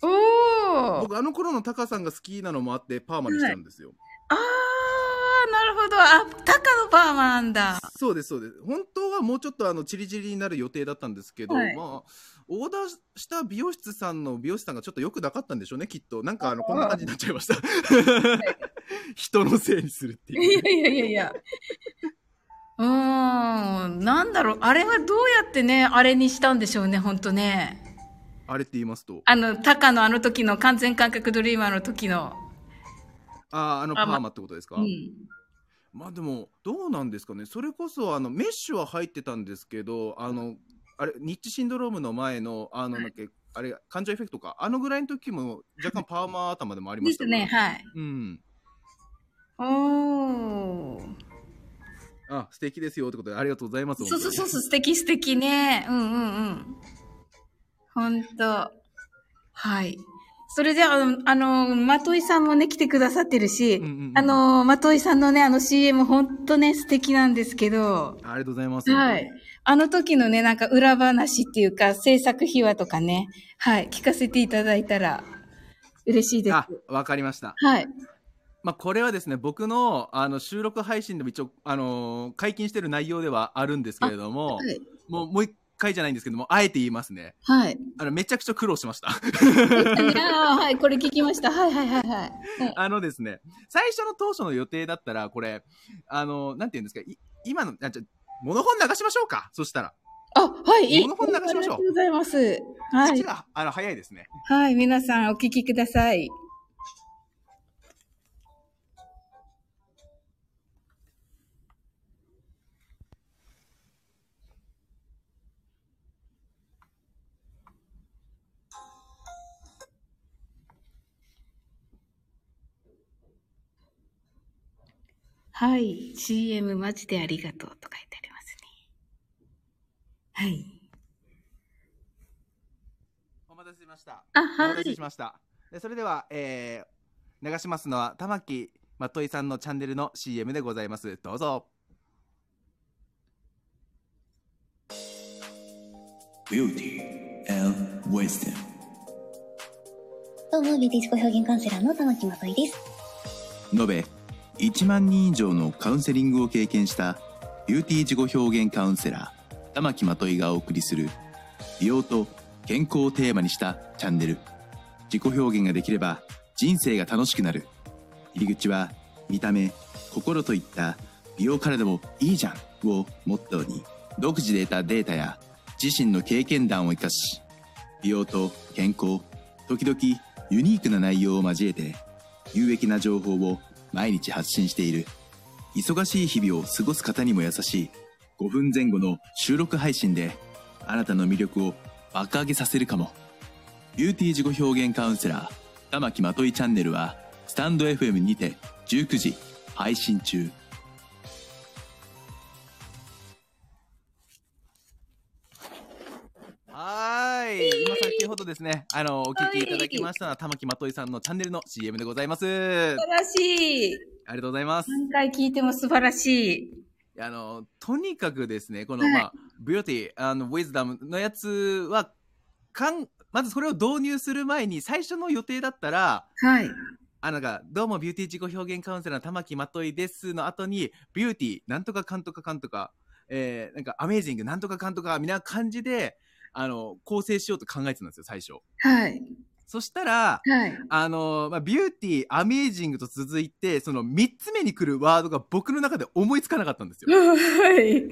Speaker 1: おお
Speaker 2: 僕、あの頃のタカさんが好きなのもあって、パーマにしたんですよ。
Speaker 1: ああ、なるほど。あ、タカのパーマなんだ。
Speaker 2: そうです、そうです。本当はもうちょっとあの、チリチリになる予定だったんですけど、
Speaker 1: はい
Speaker 2: まあ、オーダーした美容室さんの美容師さんがちょっと良くなかったんでしょうね、きっと。なんかあの、こんな感じになっちゃいました。人のせいにするって
Speaker 1: い
Speaker 2: いう。
Speaker 1: やいやいやいや。うーん、なんだろう。あれはどうやってね、あれにしたんでしょうね、ほんとね。
Speaker 2: あれって言いますと。
Speaker 1: あの、タカのあの時の完全感覚ドリーマーの時の。
Speaker 2: ああ、あのパ
Speaker 1: あま
Speaker 2: ーマってことですか、
Speaker 1: うん。
Speaker 2: まあでも、どうなんですかね。それこそ、あの、メッシュは入ってたんですけど、あの、あれ、ニッチシンドロームの前の、あの、なんだっけ、あれ、感情エフェクトか。あのぐらいの時も、若干パーマ頭でもありま
Speaker 1: で
Speaker 2: した
Speaker 1: す
Speaker 2: から
Speaker 1: ね、。はい。
Speaker 2: うん。
Speaker 1: おー。
Speaker 2: あ、素敵ですよってことで、ありがとうございます。
Speaker 1: そうそうそう
Speaker 2: 本
Speaker 1: そう、素敵素敵ね。うんうんうん。本当はい。それで、あの、あの、まといさんもね、来てくださってるし、
Speaker 2: うんうんうん
Speaker 1: あの、まといさんのね、あの CM、本当ね、素敵なんですけど、
Speaker 2: ありがとうございます。
Speaker 1: はい。あの時のね、なんか裏話っていうか、制作秘話とかね、はい、聞かせていただいたら嬉しいです。
Speaker 2: あ、わかりました。
Speaker 1: はい。
Speaker 2: まあ、これはですね、僕のあの収録配信でも一応、あのー解禁してる内容ではあるんですけれども、
Speaker 1: はい。
Speaker 2: もう、もう一回じゃないんですけども、あえて言いますね。
Speaker 1: はい。
Speaker 2: あの、めちゃくちゃ苦労しました。
Speaker 1: あ あ、はい、これ聞きました。はいはいはいはい。はい、
Speaker 2: あのですね、最初の当初の予定だったら、これ、あの、なんて言うんですか、い今の、なんちゃ、モノ本流しましょうか。そしたら、
Speaker 1: あ、はい、いい。
Speaker 2: この本流しましょう
Speaker 1: ありがとうございます。は
Speaker 2: こ
Speaker 1: い
Speaker 2: ち。ら、あの、早いですね。
Speaker 1: はい、皆さんお聞きください。はい、CM マジでありがとうと書いてありますね。はい。
Speaker 2: お待たせしました。
Speaker 1: あ、
Speaker 2: お待
Speaker 1: は
Speaker 2: たせ
Speaker 1: い
Speaker 2: し。ました。でそれでは、えー、流しますのは、玉木まといさんのチャンネルの CM でございます。どうぞ。
Speaker 3: beauty and wisdom.
Speaker 4: どうも、美的自己表現カウンセラーの玉木まといです。
Speaker 3: 延べ1万人以上のカウンセリングを経験したビューティー自己表現カウンセラー玉木まといがお送りする美容と健康をテーマにしたチャンネル自己表現ができれば人生が楽しくなる入り口は見た目心といった美容からでもいいじゃんをモットーに独自で得たデータや自身の経験談を生かし美容と健康時々ユニークな内容を交えて有益な情報を毎日発信している忙しい日々を過ごす方にも優しい5分前後の収録配信であなたの魅力を爆上げさせるかもビューティー自己表現カウンセラー玉木まといチャンネルはスタンド FM にて19時配信中
Speaker 2: はーい。今先ほどですね、あの、お聞きいただきましたのは、玉木まといさんのチャンネルの CM でございます。
Speaker 1: 素晴
Speaker 2: あ
Speaker 1: らしい。
Speaker 2: りがとうございます。
Speaker 1: 何回聞いても素晴らしい。
Speaker 2: あの、とにかくですね、この、
Speaker 1: はい
Speaker 2: まあ、ビューティー、あの、ウィズダムのやつは、かん、まずそれを導入する前に、最初の予定だったら、
Speaker 1: はい。
Speaker 2: あなんか、どうもビューティー自己表現カウンセラーの玉木まといですの後に、ビューティー、なんとかかんとかかんとか、えー、なんか、アメージング、なんとかかんとか、みたいな感じで、あの、構成しようと考えてたんですよ、最初。
Speaker 1: はい。
Speaker 2: そしたら、
Speaker 1: はい。
Speaker 2: あの、まあ、ビューティー、アメージングと続いて、その3つ目に来るワードが僕の中で思いつかなかったんですよ。
Speaker 1: はい。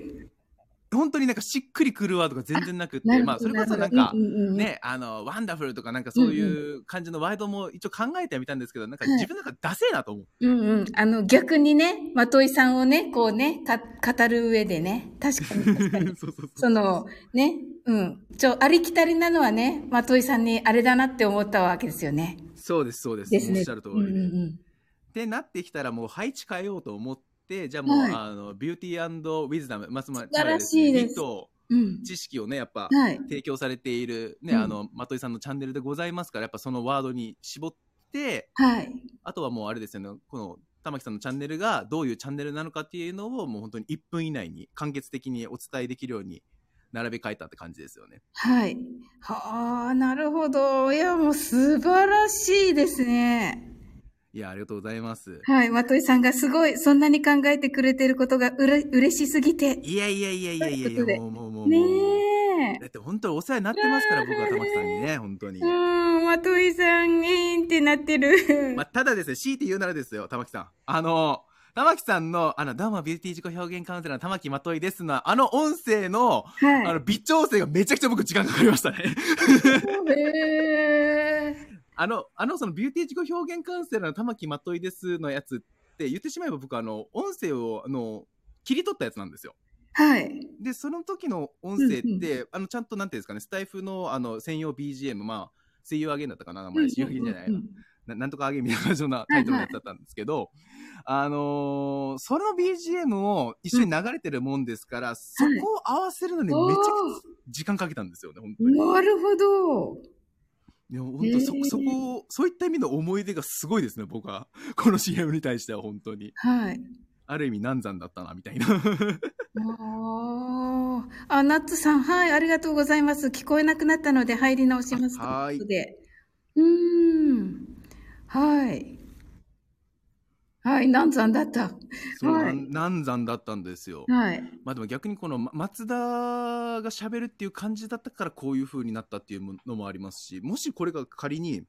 Speaker 2: 本当になんかしっくりくるワードが全然なくって、まあ、それこそなん
Speaker 1: なる
Speaker 2: か
Speaker 1: ほ、どうんうんうん
Speaker 2: ね、あの、ワンダフルとかなんかそういうう感じのワードも一応考えてはみたんですけど、なんか
Speaker 1: はい
Speaker 2: 自分の中でダセえなと思う。。
Speaker 1: うんうん。あの、逆にね、まといさんをね、こうね、た、語る上でね、確かに確かに
Speaker 2: そうそうそ
Speaker 1: その、ね、うん。ちょ、ありきたりなのはね、まといさんにあれだなって思ったわけですよね。
Speaker 2: う。そうです、そうです。
Speaker 1: ですね。
Speaker 2: おっしゃる通
Speaker 1: うん
Speaker 2: りで。
Speaker 1: うんうん
Speaker 2: ってなってきたらもう配置変えようと思って、じゃあもう、
Speaker 1: はい
Speaker 2: あの、ビューティーウィズダム、まあ、つまり、
Speaker 1: 素晴らしいです
Speaker 2: 意図と
Speaker 1: うん。
Speaker 2: 知識をね、やっぱ、
Speaker 1: はい。
Speaker 2: 提供されているね、
Speaker 1: うん
Speaker 2: あの、まといさんのチャンネルでございますから、やっぱそのワードに絞って、
Speaker 1: はい。
Speaker 2: あとはもうあれですよね、この、玉木さんのチャンネルがどういうチャンネルなのかっていうのをもう本当に1分以内に簡潔的にお伝えできるように並べ替えたって感じですよね。
Speaker 1: はい。はあ、なるほど。いや、もう素晴らしいですね。
Speaker 2: いや、ありがとうございます。
Speaker 1: はい。まといさんがすごい、そんなに考えてくれてることがうれ、嬉しすぎて。
Speaker 2: いやいやいやいやいや
Speaker 1: と
Speaker 2: い
Speaker 1: いうことで
Speaker 2: や、もうもうもうもう。
Speaker 1: ねえ。
Speaker 2: だって本当にお世話になってますから、僕は玉木さんにね、本当に。
Speaker 1: うん、まといさん、えーんってなってる。
Speaker 2: まあ、ただですね、強いて言うならですよ、玉木さん。あの、玉木さんの、あの、どうもビューティー自己表現カウンセラーの玉木まといですの、あの音声の、あ
Speaker 1: は
Speaker 2: の、微調整がめちゃくちゃ僕時間かかりましたね。
Speaker 1: い。へー
Speaker 2: あの、あの、そのビューティー自己表現カウンセラーの玉木まといですのやつって言ってしまえば僕、あの、音声を、あの、切り取ったやつなんですよ。
Speaker 1: はい。
Speaker 2: で、その時の音声って、
Speaker 1: うん
Speaker 2: あの、ちゃんと、なんていうんですかね、スタイフの、あの、専用 BGM、まあ、水曜あげんだったかな、名前、水曜あげんじゃないな。ななんとかあげみたいな感じのタイトルのやつだったんですけど、あのーその BGM を一緒に流れてるもんですから、そこを合わせるのにめちゃくちゃ時間かけたんですよね、本当に。
Speaker 5: なるほど。
Speaker 2: いや、本当そ
Speaker 5: へ、ー
Speaker 2: そこを、そういった意味の思い出がすごいですね、僕は。 この CM に対しては本当に。
Speaker 5: はい。
Speaker 2: ある意味難産だったな、みた いな。
Speaker 1: おーあ、ナッツさん、はい、ありがとうございます。聞こえなくなったので入り直します。
Speaker 2: あはい
Speaker 1: ということで。うーん。はい。はい、難産だった。
Speaker 2: そう
Speaker 1: はい
Speaker 2: なん難産だったんですよ。
Speaker 1: はい。
Speaker 2: まあでも逆にこのま松田が喋るっていう感じだったからこういう風になったっていうのもありますし、もしこれが仮に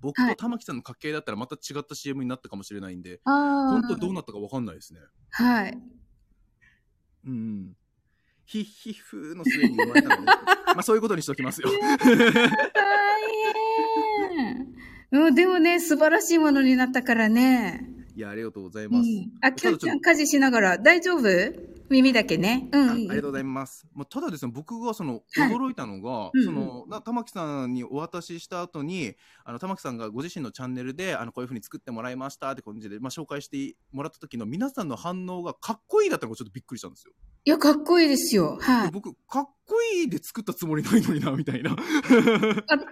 Speaker 2: 僕
Speaker 1: は
Speaker 2: と
Speaker 1: い
Speaker 2: 玉木さんの掛け合いだったらまた違った CM になったかもしれないんで、
Speaker 1: あ
Speaker 2: 本当どうなったかわかんないですね。
Speaker 1: あ。はい。
Speaker 2: うん。ひっひっふーの末に生ま れたので、まあそういうことにしておきますよ。
Speaker 1: 大変。うん、でもね、素晴らしいものになったからね。
Speaker 2: いや、ありがとうございうます。
Speaker 1: ん。あ、きょうちゃん、
Speaker 2: た
Speaker 1: 家事しながら、大丈夫耳だけね。うん
Speaker 2: だちょっと
Speaker 1: う
Speaker 2: ああり
Speaker 1: ん。
Speaker 2: がとうございます。まあ、ただですね、僕がその
Speaker 1: はい
Speaker 2: 驚いたのが、
Speaker 1: うんうん
Speaker 2: そのな玉木さんにお渡しした後に、あの玉木さんがご自身のチャンネルであのこういう風に作ってもらいましたって感じで、まあ紹介してもらった時の皆さんの反応がかっこいいだったのがちょっとびっくりしたんですよ。
Speaker 1: いや、かっこいいですよ。はい。
Speaker 2: 僕かっこいいで作ったつもりないのになみたいな。
Speaker 1: あ、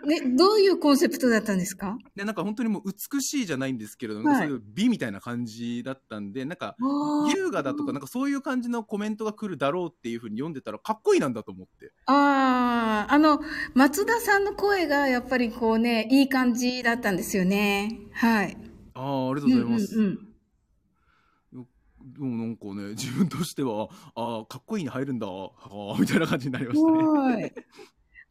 Speaker 1: ね、どういうコンセプトだったんですか
Speaker 2: でなんか本当にもう美しいじゃないんですけれども、
Speaker 1: はい
Speaker 2: そういう美みたいな感じだったんで、なんか。
Speaker 1: あー
Speaker 2: 優雅だとか、なんかそういう感じのコメントが来るだろうっていう風に読んでたら、かっこいいなんだと思って。
Speaker 1: あー、あの、松田さんの声がやっぱりこうね、いい感じだったんですよね。はい。
Speaker 2: ああ、ありがとうございます。
Speaker 1: うんうんうん
Speaker 2: でもなんかね、 自分としては、ああ、かっこいいに入るんだ、ああ、みたいな感じになりましたね。
Speaker 1: はい。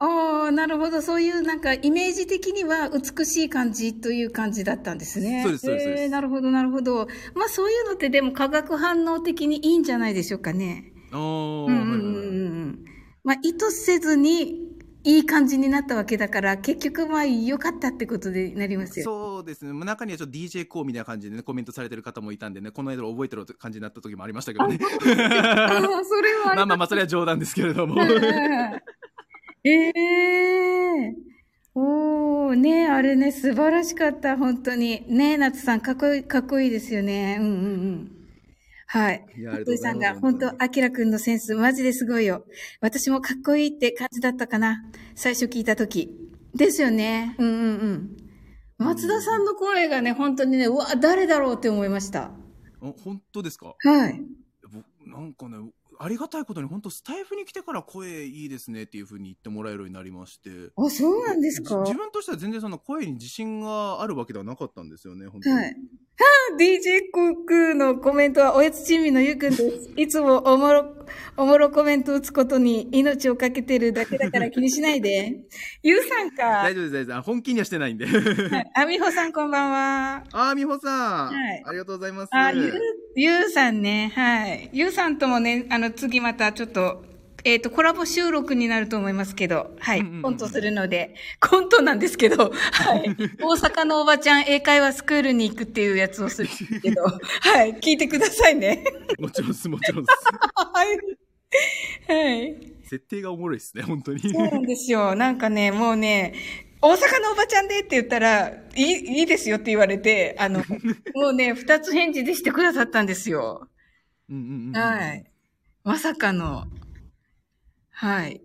Speaker 1: ああ、なるほど。そういうなんかイメージ的には美しい感じという感じだったんですね。
Speaker 2: そうですそうですそうです
Speaker 1: えーなるほど、なるほど。まあそういうのってでも化学反応的にいいんじゃないでしょうかね。
Speaker 2: ああ、
Speaker 1: うんうんう
Speaker 2: はい
Speaker 1: んう
Speaker 2: はいはい
Speaker 1: んうん。まあ意図せずにいい感じになったわけだから、結局まあ良かったってことになりますよ。
Speaker 2: そうですね。まあ中にはちょっと DJ コーみたいな感じでね、コメントされてる方もいたんでね、この間覚えてる感じになった時もありました けどね。
Speaker 1: あ あ、それはあり
Speaker 2: まあまあまあ、それは冗談ですけれども。
Speaker 1: ええおおねあれね素晴らしかった本当にね夏さんかっこいいかっこいいですよねうんうんうんはい
Speaker 2: いやありが
Speaker 1: 夏
Speaker 2: とう
Speaker 1: 井
Speaker 2: ござ
Speaker 1: さ
Speaker 2: い
Speaker 1: ん
Speaker 2: ます
Speaker 1: が本当あきらくんのセンスマジですごいよ私もかっこいいって感じだったかな最初聞いた時ですよねうんうんうん松田さんの声がね本当にねうわ誰だろうって思いました
Speaker 2: あ本当ですか
Speaker 1: はい
Speaker 2: 僕なんかね、ありがたいことに本当スタイフに来てから声いいですねっていう風に言ってもらえるようになりまして。
Speaker 1: あそうなんですか
Speaker 2: じ
Speaker 1: はい
Speaker 2: 自分としては全然その声に自信があるわけではなかったんですよね、本当に。
Speaker 1: あ DJ コックのコメントは、おやつチームのゆうくんです。いつもおもろ、おもろコメント打つことに命をかけてるだけだから気にしない で。ゆうさんか
Speaker 2: 大。丈夫です、大丈夫です。本気にはし てないんで。
Speaker 1: はいあみほさんこんばんは。
Speaker 2: あー、美穂さん、
Speaker 1: はい
Speaker 2: ありがとうございます。
Speaker 1: あ、ゆう、ゆうさんね。はい。ゆうさんともね、あの、次またちょっと、えっ、と、コラボ収録になると思いますけど、は
Speaker 2: う
Speaker 1: い
Speaker 2: んうんうんう。ん
Speaker 1: コントするので、コントなんですけど、 はい。大阪のおばちゃん英会話スクールに行くっていうやつをするんですけど、はい。聞いてくださいね。
Speaker 2: もちろんです、もちろ んです。
Speaker 1: はい。はい。
Speaker 2: 設定がおもろいですね、本当に。
Speaker 1: そうなんですよ。なんかね、もうね、大阪のおばちゃんでって言ったら、いい、いいですよって言われて、あの、もうね、二つ返事でしてくださったんですよ。
Speaker 2: うんうんうん。
Speaker 1: はい。まさかの。 はい。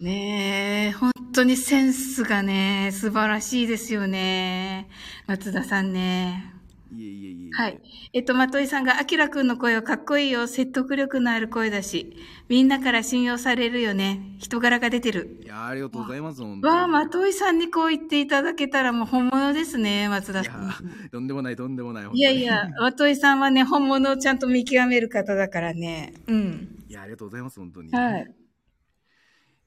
Speaker 1: ねえ、本当にセンスがね、素晴らしいですよね。松田さんね。
Speaker 2: いえいえいええ。
Speaker 1: はい。えっと、まといさんが、あきらくんの声はかっこいいよ。説得力のある声だし、みんなから信用されるよね。人柄が出てる。
Speaker 2: いやー、ありがとうございます、本当に。
Speaker 1: わあ、まといさんにこう言っていただけたらもう本物ですね、松田
Speaker 2: い
Speaker 1: さ
Speaker 2: や
Speaker 1: ん。
Speaker 2: ーとんでもない、とんでもない。本当に
Speaker 1: いやい。や、まといさんはね、本物をちゃんと見極める方だからね。うん。
Speaker 2: いや、ありがとうございます、本当に。
Speaker 1: はい。。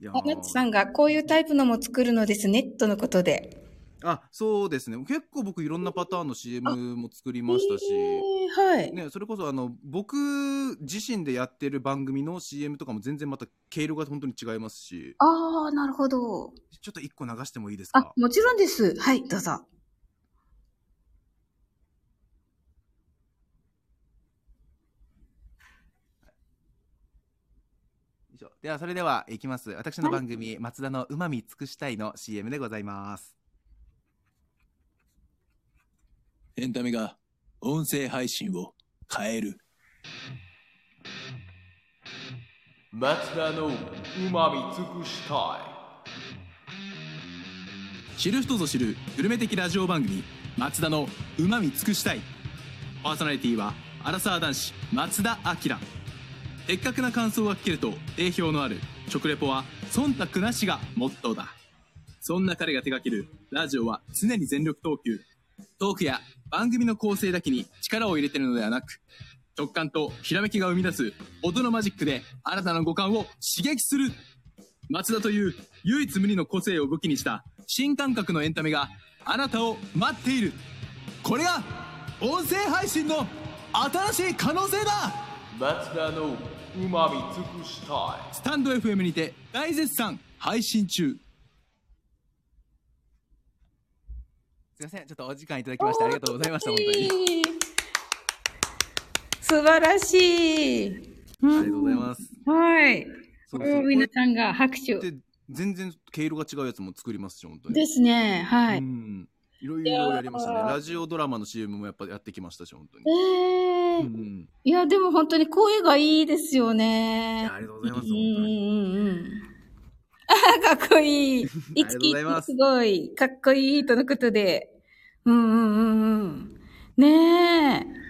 Speaker 2: いやー
Speaker 1: あ、ナッツさんが、こういうタイプのも作るのですね、とのことで。
Speaker 2: あ、そうですね。結構僕いろんなパターンの CM も作りましたし。
Speaker 1: はい。
Speaker 2: ね、それこそあの僕自身でやってる番組の CM とかも全然また毛色が本当に違いますし
Speaker 1: ああ、なるほど。
Speaker 2: ちょっと一個流してもいいです
Speaker 1: あ
Speaker 2: か、
Speaker 1: もちろんです。はい、どうぞ。
Speaker 2: 以上ではそれではいきます私の番組「松田のうまみ尽くしたい」の CM でございます
Speaker 6: エンタメが音声配信を変える。
Speaker 2: 松田のうまみ尽くした
Speaker 6: 知る人ぞ知るグルメ的ラジオ番組「松田のうまみ尽くしたい」パーソナリティはアラサー男子松田明的確な感想が聞けると定評のある食レポは忖度なしがモットーだそんな彼が手掛けるラジオは常に全力投球トークや番組の構成だけに力を入れてるのではなく直感とひらめきが生み出す音のマジックで新たな五感を刺激する松田という唯一無二の個性を武器にした新感覚のエンタメがあなたを待っているこれが音声配信の新しい可能性だ
Speaker 2: い松田のうまみ尽くしたい
Speaker 6: スタンド FM にて大絶賛配信中
Speaker 2: すいませんちょっとお時間いただきましてありがとうございました本当に
Speaker 7: 素晴らしい。
Speaker 2: ありがとうございます
Speaker 1: はい。
Speaker 2: そう
Speaker 1: もう皆さんが拍手。
Speaker 2: で全然毛色が違うやつも作りますし本当に
Speaker 1: ですね。は
Speaker 2: う
Speaker 1: い。
Speaker 2: んいろいろやりましたねラジオドラマの CM もやっぱやってきましたし本当に、
Speaker 1: え
Speaker 2: う
Speaker 1: ー。
Speaker 2: ん、
Speaker 1: いや、でも本当に声がいいですよ
Speaker 2: い
Speaker 1: ね
Speaker 2: や。ありがとうございます
Speaker 1: う
Speaker 2: 本
Speaker 1: ん
Speaker 2: 当
Speaker 1: う
Speaker 2: に
Speaker 1: んうんうん。 あー、かっこい い。いつ
Speaker 2: ありがとう
Speaker 1: き
Speaker 2: ございます
Speaker 1: すごい、かっこいいとのことで。うんうんうんうん。ねえ。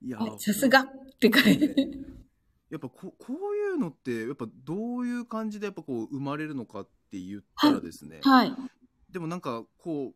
Speaker 2: いや
Speaker 1: さすがって感じ。
Speaker 2: やっぱここういうのってやっぱどういう感じでやっぱこう生まれるのかって言ったらですね、
Speaker 1: はい。
Speaker 2: でもなんかこ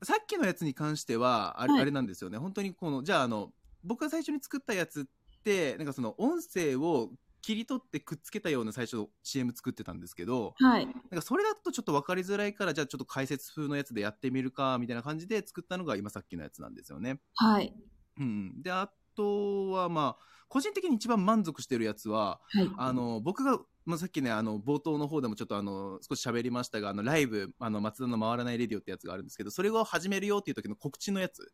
Speaker 2: うさっきのやつに関してはあれ,、
Speaker 1: はい
Speaker 2: あれなんですよね本当にこのじゃああの僕が最初に作ったやつってなんかその音声を切り取ってくっつけたような最初 CM 作ってたんですけど
Speaker 1: はい。
Speaker 2: なんかそれだとちょっと分かりづらいからじゃあちょっと解説風のやつでやってみるかみたいな感じで作ったのが今さっきのやつなんですよね。
Speaker 1: はい。
Speaker 2: うん、であとはまあ個人的に一番満足してるやつは
Speaker 1: はい。
Speaker 2: あの僕が、まあ、さっきねあの冒頭の方でもちょっとあの少し喋りましたがあのライブあの松田の回らないレディオってやつがあるんですけどそれを始めるよっていう時の告知のやつ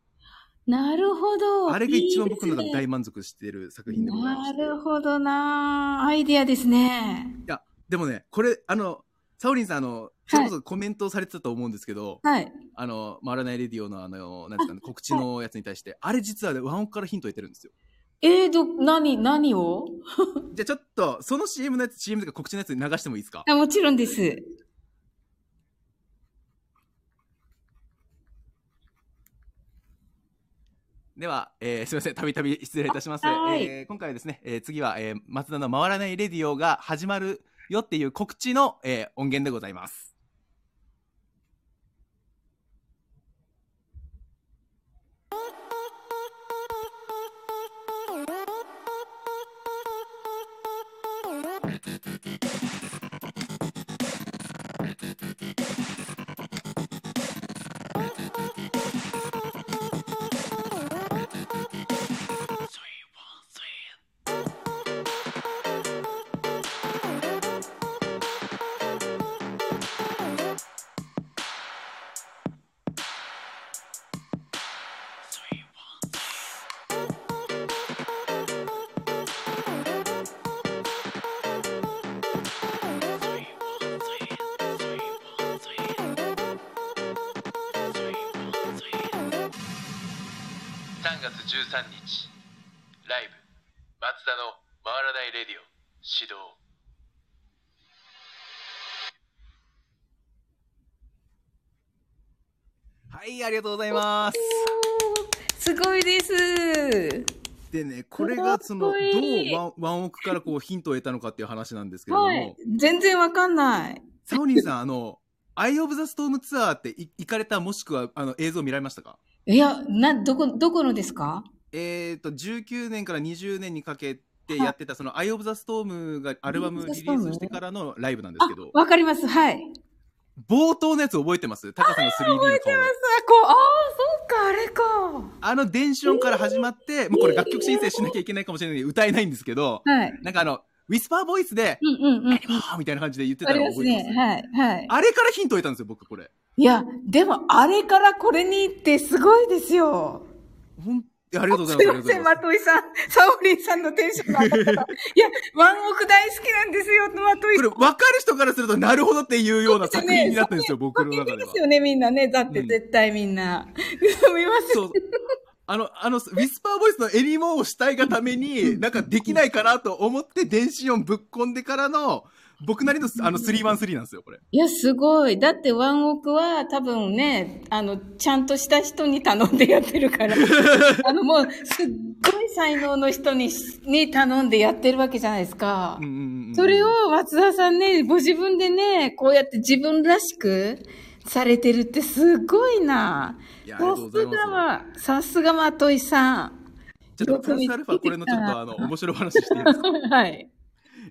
Speaker 1: なるほど。
Speaker 2: あれが一番僕の中
Speaker 1: いいで
Speaker 2: で
Speaker 1: すね
Speaker 2: 大満足してる作品でございまし
Speaker 1: な
Speaker 2: て
Speaker 1: るほどな。アイディアですね。
Speaker 2: でもねこれあのサオリンさんあのそれこそコメントされてたと思うんですけど、
Speaker 1: はい。
Speaker 2: あの回らないレディオのあのなんですかね告知のやつに対してあれ実はねワンオクからヒントを得てるんですよ
Speaker 1: えー、ど、何、何を
Speaker 2: じゃあちょっとその CM のやつ CM というか告知のやつに流してもいいですか
Speaker 1: あもちろんです。
Speaker 2: では、えーすみません、たびたび失礼いたします。
Speaker 1: はい
Speaker 2: えー今回はですね、えー次は、えー松田の回らないレディオが始まるよっていう告知の、えー音源でございます。
Speaker 8: 3月13日ライブ松田の回らないレディオ始動
Speaker 2: はい、ありがとうございます。
Speaker 1: すごいです。
Speaker 2: でね、これがその、
Speaker 1: か
Speaker 2: ど
Speaker 1: っこいいう
Speaker 2: ワンワンオクからこうヒントを得たのかっていう話なんですけれども、
Speaker 1: はい。全然わかんない。
Speaker 2: サオリンさん、あの、アイ・オブ・ザ・ストームツアーってい行かれたもしくはあの映像見られましたか
Speaker 1: いや、な、どこ、どこのですか
Speaker 2: えっ、と、19年から20年にかけてやってた、その、アイ・オブ・ザ・ストームがアルバムリリースしてからのライブなんですけど、
Speaker 1: わかります。はい。
Speaker 2: 冒頭のやつ覚えてます高さんの 3D の顔。
Speaker 1: さあ、こう、ああ、そうか、あれか。
Speaker 2: あの電子音から始まって、もうこれ楽曲申請しなきゃいけないかもしれないので歌えないんですけど、
Speaker 1: はい。
Speaker 2: なんかあの、ウィスパーボイスで、
Speaker 1: うんうんうん。
Speaker 2: あーみたいな感じで言って
Speaker 1: あ
Speaker 2: た
Speaker 1: り
Speaker 2: の
Speaker 1: ま
Speaker 2: を
Speaker 1: す
Speaker 2: 覚えてます。
Speaker 1: ね。はい。はい。
Speaker 2: あれからヒントを得たんですよ、僕これ。
Speaker 1: いや、でも、あれからこれにってすごいですよ。
Speaker 2: ほん、いやありがとうござ
Speaker 1: すい
Speaker 2: います。あり
Speaker 1: ま
Speaker 2: がとうご
Speaker 1: せ
Speaker 2: ざい
Speaker 1: ん、ま
Speaker 2: ます
Speaker 1: といさん。サオリンさんのテンションの上がり方。いや、ワンオク大好きなんですよ、まとい
Speaker 2: こ
Speaker 1: さん。
Speaker 2: れ、分かる人からすると、なるほどっていうような作品になってるんです
Speaker 1: そう
Speaker 2: よ、僕の中で
Speaker 1: で
Speaker 2: は
Speaker 1: す。よね、みんなね。だって
Speaker 2: うん
Speaker 1: 絶対みんな。すみません。
Speaker 2: そう。あの、あの、ウィスパーボイスのエリモーをしたいがために、なんかできないかなと思って、電子音ぶっ込んでからの、僕なりの、あの、313なんですよ、これ。
Speaker 1: いや、すごい。だってワンオクは多分ね、あの、ちゃんとした人に頼んでやってる から。あの、もう、すっごい才能の人に、に頼んでやってるわけじゃないですか
Speaker 2: うん。うんうんうん
Speaker 1: それを松田さんね、ご自分でね、こうやって自分らしくされてるってすごいない
Speaker 2: や。あり
Speaker 1: さ
Speaker 2: がとうござい
Speaker 1: す
Speaker 2: ます
Speaker 1: がは、さすがまといさん。
Speaker 2: ちょっと、プラスアルファ、これのちょっと、あの、面白い話していいですか
Speaker 1: はい。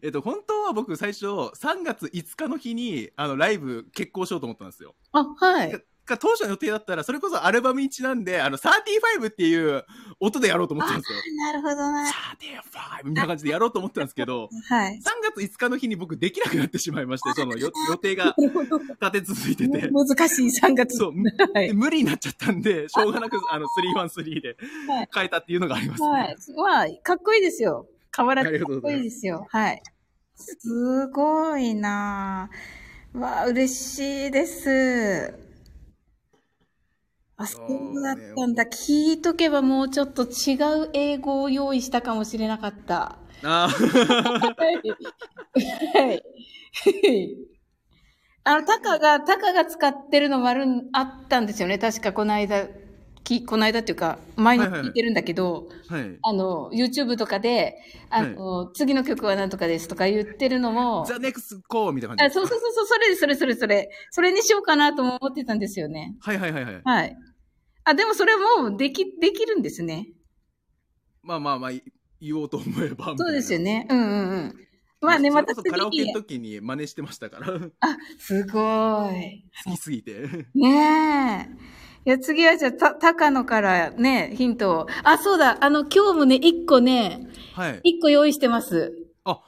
Speaker 2: えっと、本当は僕、最初、3月5日の日に、あの、ライブ、決行しようと思ったんですよ。
Speaker 1: あ、はい。
Speaker 2: か当初の予定だったら、それこそアルバムにちなんで、あの、35っていう音でやろうと思ってたんですよ。
Speaker 1: なるほどな。
Speaker 2: 35! みたいな感じでやろうと思ってたんですけど、
Speaker 1: はい。
Speaker 2: 3月5日の日に僕できなくなってしまいまして、そのよ予定が立て続いてて、
Speaker 1: 難しい3月。
Speaker 2: そう、
Speaker 1: はい
Speaker 2: で無理になっちゃったんで、しょうがなく、あの、313で
Speaker 1: はい
Speaker 2: 変えたっていうのがありますね。
Speaker 1: はい。まあ、かっこいいですよ。変わら
Speaker 2: あ
Speaker 1: ず
Speaker 2: りが
Speaker 1: か
Speaker 2: と
Speaker 1: っ
Speaker 2: う
Speaker 1: こ
Speaker 2: ございます
Speaker 1: いいですよ。はい。すごいなぁ。わあ、嬉しいです。あ、そうだったんだ。聞いとけばもうちょっと違う英語を用意したかもしれなか った。
Speaker 2: あー
Speaker 1: はい。はい。 あの、タカが、タカが使ってるのもあるん、あったんですよね。確かこの間、き、この間っていうか、前に聞いてるんだけど、
Speaker 2: はい。
Speaker 1: あの、YouTube とかで、あの、次の曲は何とかですとか言ってるのも、
Speaker 2: ザ・ネクスコーみたいな感
Speaker 1: あ
Speaker 2: じで
Speaker 1: そうそうそうそう、それですそれそれそれ、それにしようかなとも思ってたんですよね。
Speaker 2: はいはいはいはい。
Speaker 1: はい。あ、でもそれもうでき、できるんですね。
Speaker 2: まあまあまあ、い言おうと思えば。みたいな
Speaker 1: そうですよ。ね。うんうんうん。まあね、
Speaker 2: それ
Speaker 1: ま
Speaker 2: こ
Speaker 1: た
Speaker 2: そ
Speaker 1: 次
Speaker 2: カラオケの時に真似してましたから、好
Speaker 1: すごい。
Speaker 2: きすぎて。
Speaker 1: ねえ。いや、次はじゃあ、た、高野からね、ヒントを。あ、そうだ、あの、今日もね、一個ね、
Speaker 2: はい。
Speaker 1: 一個用意してます。
Speaker 2: あ、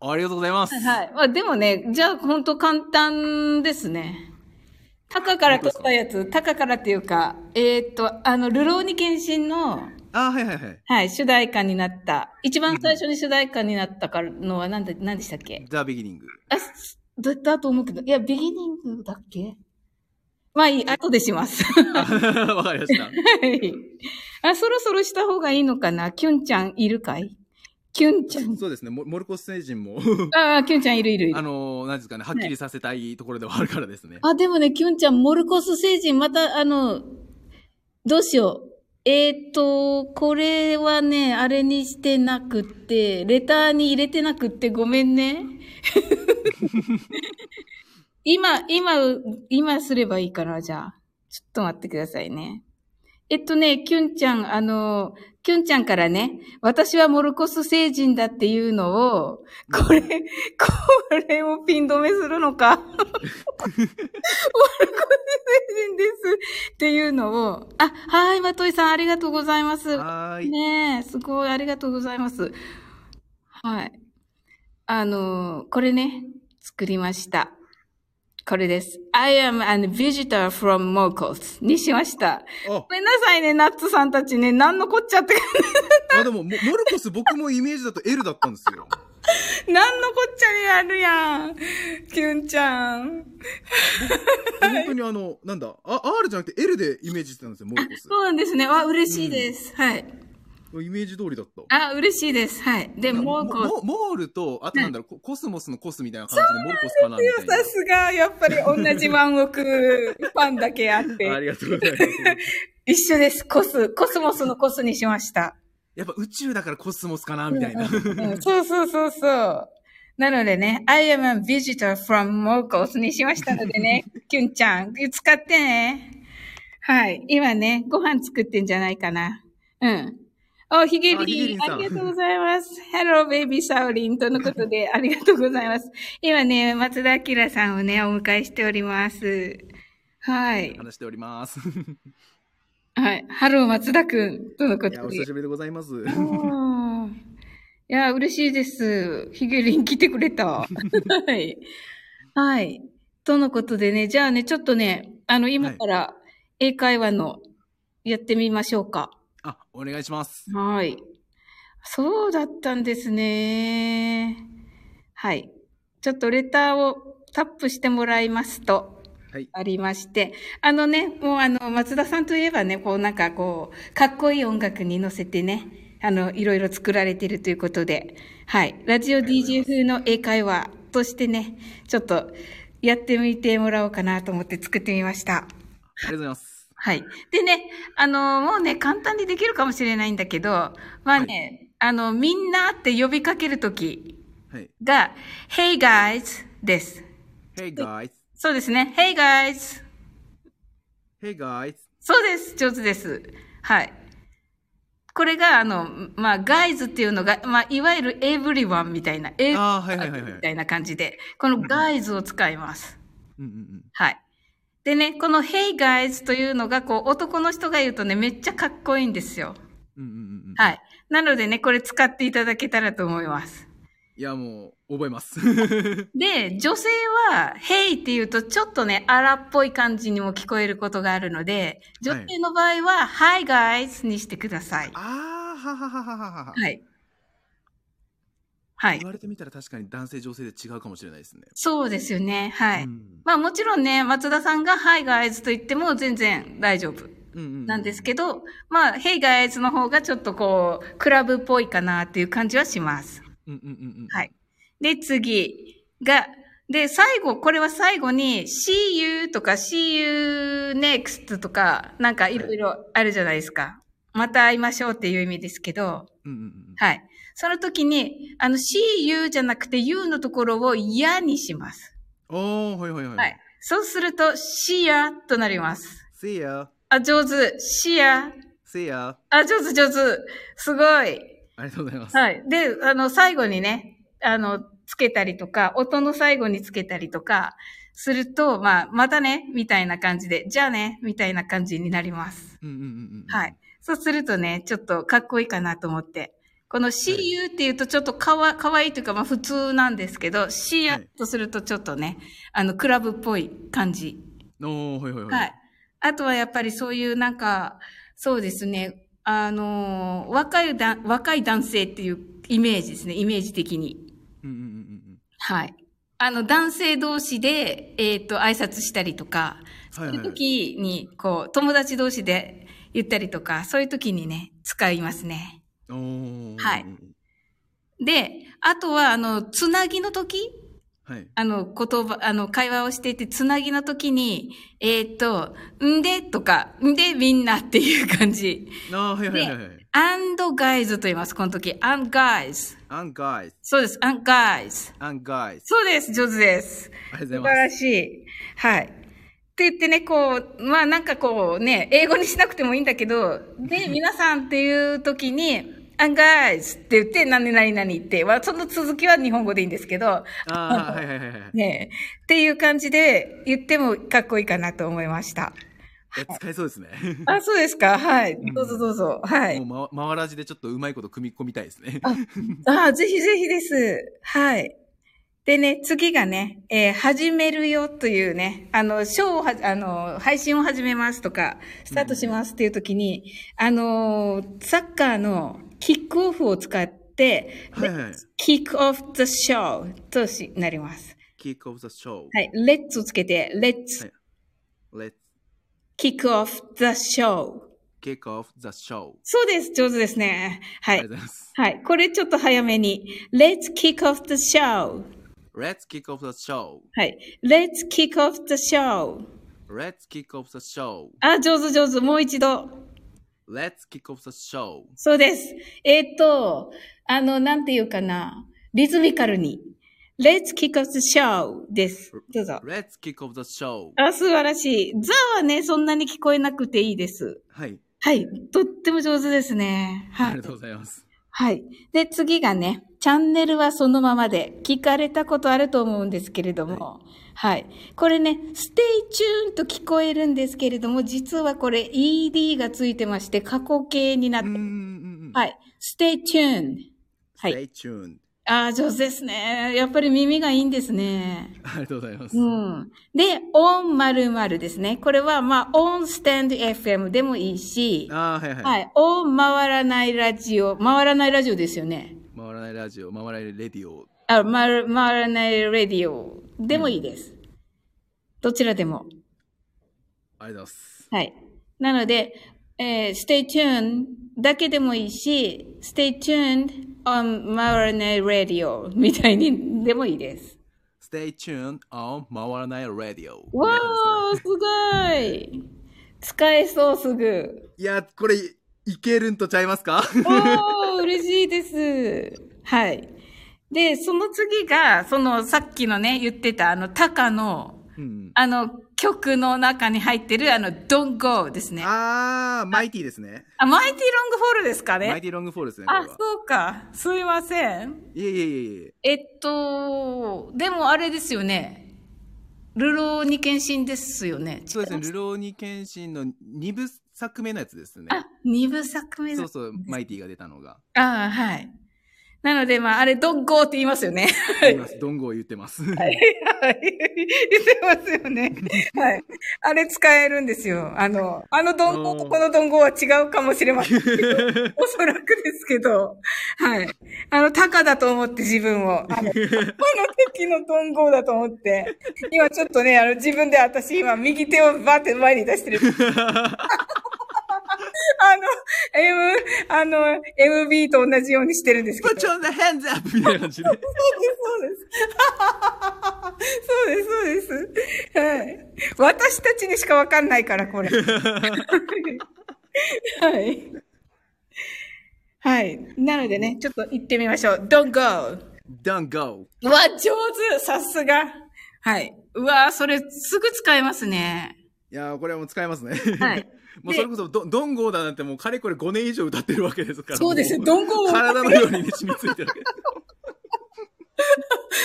Speaker 2: ありがとうございます。
Speaker 1: はい。まあでもね、じゃあ本当簡単ですね。タカから取ったやつ、タカからっていうか、えーっと、あの、ルローニケンシンの、
Speaker 2: あ、はいはいはい。
Speaker 1: はい、主題歌になった。一番最初に主題歌になったからのは何で、何でしたっけ
Speaker 2: ザ・ビギニング。
Speaker 1: あ、すだだと思うけど、いや、ビギニングだっけまあいい、後でします。
Speaker 2: あ わかり ました。
Speaker 1: はいあ、そろそろした方がいいのかなキュンちゃんいるかいキュンちゃん。
Speaker 2: そうですね、モモルコス星人も、
Speaker 1: ああ、キュンちゃんいるいるいる
Speaker 2: あ。のー、なんですかね、はっきりさせたいところではあるからですね。
Speaker 1: あ、でもね、キュンちゃん、モルコス星人、また、あの、どうしよう。えーっ、と、これはね、あれにしてなくって、レターに入れてなくってごめんね。今、今、今すればいいかな、じゃあ。ちょっと待ってくださいね。えっとね、キュンちゃん、あの、キュンちゃんからね、私はモルコス星人だっていうのを、これ、これをピン止めするの か。人です。っていうのを、あ、はい、まといさん、ありがとうございます。
Speaker 2: はーい。
Speaker 1: ねえ、すごい、ありがとうございます。はい。あのー、これね、作りました。これです。I am an visitor from Morcos にしました。
Speaker 2: あ
Speaker 1: ご、めんなさいね、ナッツさんたちね、なんのこっちゃって、
Speaker 2: あでも、モモルコス僕もイメージだと L だったんですよ。
Speaker 1: なんのこっちゃにあるやん。キュンちゃん。
Speaker 2: 本当にあの、なんだ、あ R じゃなくて L でイメージしてたんですよ、モルコス
Speaker 1: そうなんですね。わ、嬉しいです。はい。。
Speaker 2: イメージ通りだった。
Speaker 1: あ、嬉しいです。はい。で、モーコス。
Speaker 2: モモールと、あとなんだろう、ココスモスのコスみたいな感じでモルコスかなみたいな。
Speaker 1: さすが、やっぱり同じワンオクファンだけあっ
Speaker 2: あ
Speaker 1: て。
Speaker 2: りがとうございます。
Speaker 1: 一緒です。コス、コスモスのコスにしました。
Speaker 2: やっぱ宇宙だからコスモスかなみたいな。
Speaker 1: うんそうそうそうそう。なのでね、I am a visitor from Morcos にしましたので ね、キュンちゃん、使ってね。はい。今ね、ご飯作ってんじゃないかな。うん。お、ヒゲ
Speaker 2: あヒゲ
Speaker 1: リ
Speaker 2: リ
Speaker 1: ン
Speaker 2: ン、
Speaker 1: あ
Speaker 2: さん
Speaker 1: りがとうございます。Hello, baby, サオリンとのこと で、ありがとうございます。今ね、松田明さんをね、お迎えしております。はい。
Speaker 2: 話しております。
Speaker 1: はい。ハロー、松田くんとのこ
Speaker 2: いや、
Speaker 1: と
Speaker 2: お
Speaker 1: で
Speaker 2: 久。しぶりでございます。
Speaker 1: うんいや、嬉しいです。ヒゲリン来てくれた。はい。はい。とのことでね、じゃあね、ちょっとね、あの、今から英会話のやってみましょうか。
Speaker 2: あ、お願いします。
Speaker 1: はい。そうだったんですね。はい。ちょっとレターをタップしてもらいますと、
Speaker 2: はい
Speaker 1: ありまして、あのね、もうあの、松田さんといえばね、こうなんかこう、かっこいい音楽に乗せてね、あの、いろいろ作られてるということで、はい。ラジオ DJ 風の英会話としてね、ちょっとやってみてもらおうかなと思って作ってみました。
Speaker 2: ありがとうございます。
Speaker 1: はい。でね、あの、もうね、簡単にできるかもしれないんだけど、まあね、あの、みんなって呼びかけるとき
Speaker 2: はい。
Speaker 1: が、Hey guys! です。
Speaker 2: Hey guys.
Speaker 1: そうですね。Hey guys!
Speaker 2: Hey guys.
Speaker 1: そうです。上手です。はい。これが、あの、まあ、guys っていうのが、まあ、いわゆる everyone みたいな、エ
Speaker 2: ああ、はいはいはいはい
Speaker 1: み。たいな感じで、この guys を使います。
Speaker 2: うんうんうん。
Speaker 1: はい。でね、この Hey guys というのが、こう、男の人が言うとね、めっちゃかっこいいんですよ。
Speaker 2: うんうんうんうん。
Speaker 1: はい。なのでね、これ使っていただけたらと思います。
Speaker 2: いや、もう、覚 えます。
Speaker 1: で、女性は、ヘイって言うとちょっとね、荒っぽい感じにも聞こえることがあるので、女性の場合は、Hi guys にしてください。
Speaker 2: ああ、はははははは。
Speaker 1: はい。はい
Speaker 2: 言。われてみたら確かに男性女性で違うかもしれないですね。
Speaker 1: そうですよね。はい。
Speaker 2: うん
Speaker 1: まあもちろんね、松田さんが Hi guys と言っても全然大丈夫
Speaker 2: うんうん
Speaker 1: なんですけど、まあ、Hey guys の方がちょっとこう、クラブっぽいかなっていう感じはします。
Speaker 2: うんうんうんうん。
Speaker 1: はい。で、次が、で、最後、これは最後に、see you とか see you next とか、なんかいろいろあるじゃないですか。また会いましょうっていう意味ですけど、
Speaker 2: うんうんうん。
Speaker 1: はい。その時に、あの、see you じゃなくて you のところをやにします。
Speaker 2: おー、はいはいはい。
Speaker 1: はい。そうすると、see ya となります。
Speaker 2: See ya.
Speaker 1: あ、上手。see ya。
Speaker 2: See ya.
Speaker 1: あ、上手上手。すごい。
Speaker 2: ありがとうございます。
Speaker 1: はい。で、あの、最後にね、あの、つけたりとか、音の最後につけたりとか、すると、まあ、またね、みたいな感じで、じゃあね、みたいな感じになります。
Speaker 2: うんうんうんうん。
Speaker 1: はい。。そうするとね、ちょっとかっこいいかなと思って。この See you っていうとちょっとかわ、かわいいというか、まあ普通なんですけど、See
Speaker 2: は
Speaker 1: you
Speaker 2: い
Speaker 1: とするとちょっとね、あの、クラブっぽい感じ
Speaker 2: おー、はいはいはい。
Speaker 1: はい。あとはやっぱりそういうなんか、そうですね。あのー、若いだ、若い男性っていうイメージですね。イメージ的に。
Speaker 2: うんうんうんうん
Speaker 1: はい。あの、男性同士で、えっ、と、挨拶したりとか、
Speaker 2: はい
Speaker 1: そう
Speaker 2: はいいう
Speaker 1: 時に、こう、友達同士で言ったりとか、そういう時にね、使いますね。
Speaker 2: うん。おー。
Speaker 1: はいで、あとは、あの、つなぎの時
Speaker 2: はい。
Speaker 1: あの、言葉、あの、会話をしていて、つなぎの時に、えっ、と、んでとか、んでみんなっていう感じ。
Speaker 2: あー、はいはいはいはい。
Speaker 1: and guys と言います、この時。and guys。
Speaker 2: And guys.
Speaker 1: そうです、and guys。
Speaker 2: And guys.
Speaker 1: そうです、上手です。
Speaker 2: ありがとう
Speaker 1: 素
Speaker 2: ござい
Speaker 1: 晴
Speaker 2: ま
Speaker 1: ら
Speaker 2: す。
Speaker 1: しい。はい。って言ってね、こう、まあなんかこうね、英語にしなくてもいいんだけど、 で、皆さんっていう時に、and guys って言って、何々々って、まあその続きは日本語でいいんですけど、
Speaker 2: あー、はいはいはいはい。
Speaker 1: ねえ。っていう感じで言ってもかっこいいかなと思いま した。
Speaker 2: いや使えそうですね。
Speaker 1: あ、そうですかはい。どうぞどうぞ。はい。
Speaker 2: もう、ま、回らじでちょっとうまいこと組み込みたいです ね。
Speaker 1: あ、ぜひぜひです。はい。でね、次がね、えー始めるよというね、あの、ショーをは、あの、配信を始めますとか、スタートしますっていう時に、あのー、サッカーのキックオフを使って、
Speaker 2: はいはい。
Speaker 1: キックオフ the show としなります。
Speaker 2: Kick of the show.
Speaker 1: はい。let's をつけて、let's
Speaker 2: はい Let's
Speaker 1: kick off the show
Speaker 2: kick off the show.
Speaker 1: そうです。上手ですね。は
Speaker 2: ありがとう
Speaker 1: い
Speaker 2: ご。ざいます。
Speaker 1: はい。これちょっと早めに。Let's kick off the show.
Speaker 2: Let's kick off the show.
Speaker 1: はい。Let's kick off the show.
Speaker 2: Let's kick off the show.
Speaker 1: あ、上手上手。もう一度。
Speaker 2: Let's kick off the show.
Speaker 1: そうです。えっ、と、あの、なんていうかな。リズミカルに。Let's kick off the show です。どうぞ。
Speaker 2: Let's kick off the show.
Speaker 1: あ、素晴らしい。ザはね、そんなに聞こえなくていいです。
Speaker 2: はい。
Speaker 1: はい。とっても上手ですね。はい。
Speaker 2: ありがとうございます。
Speaker 1: はい。で、次がね、チャンネルはそのままで、聞かれたことあると思うんですけれども、はい。これね、ステイチューンと聞こえるんですけれども、実はこれ ED がついてまして、過去形になっ
Speaker 2: う
Speaker 1: て
Speaker 2: んう
Speaker 1: る。
Speaker 2: んうんうん。
Speaker 1: はい。ステイチューン。はい。
Speaker 2: Stay tuned.
Speaker 1: ああ、上手ですね。やっぱり耳がいいんですね。
Speaker 2: ありがとうございます。
Speaker 1: うん。で、オン〇〇ですね。これは、まあ、オンスタンド FM でもいいし、
Speaker 2: ああ、はいはい。
Speaker 1: はい。オン回らないラジオ。回らないラジオですよね。
Speaker 2: 回らないラジオ、回らないレディオ。
Speaker 1: あ、回る回らないラジオでもいいです。どちらでも。
Speaker 2: ありがとうございます。
Speaker 1: はい。なので、えー stay tuned だけでもいいし、stay tuned on 回らないラジオみたいにでもいいです。
Speaker 2: Stay tuned on 回らないレディオ。
Speaker 1: わー、すごい使えそう、すぐ。
Speaker 2: いや、これ、いけるんとちゃいますか
Speaker 1: おー、嬉しいです。はい。で、その次が、その、さっきのね、言ってた、あの、タカの、
Speaker 2: うん。
Speaker 1: あの、曲の中に入ってる、あの、Don't Go ですね。あ、
Speaker 2: あー、マイティですね。
Speaker 1: マイティロングフォールですか
Speaker 2: マイ
Speaker 1: ね
Speaker 2: ティロングフォールですね、これ
Speaker 1: あ、
Speaker 2: は。
Speaker 1: そうか。すいません。
Speaker 2: いえいえいえいえ。
Speaker 1: えっと、でもあれですよね。ルローに献身ですよね。
Speaker 2: そうですね、ルローニケンシンの2部作目のやつですね。
Speaker 1: あ、二部作目だ
Speaker 2: そうそう、マイティが出たのが。
Speaker 1: ああ、はい。なので、まあ、あれ、ドッゴーって言いますよね。
Speaker 2: 言います。どんごを言ってます。
Speaker 1: は い。言ってますよね。はい。あれ使えるんですよ。あの、あのドンゴ
Speaker 2: お
Speaker 1: と
Speaker 2: ー
Speaker 1: このドンゴは違うかもしれませんけど。おそらくですけど。はい。あの、タカだと思って自分を。あの、あの時のドンゴだと思って。今ちょっとね、あの、自分で私今右手をバーって前に出してる。あの、M、あの、MB と同じようにしてるんですけど
Speaker 2: Put。your hands up! みたいな感じで。
Speaker 1: そうです、そうです。そうです、そうです。はい。私たちにしかわかんないから、これ。はい。はい。なのでね、ちょっと行ってみましょう。Don't go!
Speaker 2: Don't go!
Speaker 1: うわ、上手さすがはい。うわ、それ、すぐ使えますね。
Speaker 2: いやー、これはもう使えますね。
Speaker 1: はい。
Speaker 2: もうそれこそど、どんごだなんてもうかれこれ5年以上歌ってるわけですから。
Speaker 1: そうです
Speaker 2: も
Speaker 1: どんごを
Speaker 2: 体のように染みついてるわけ で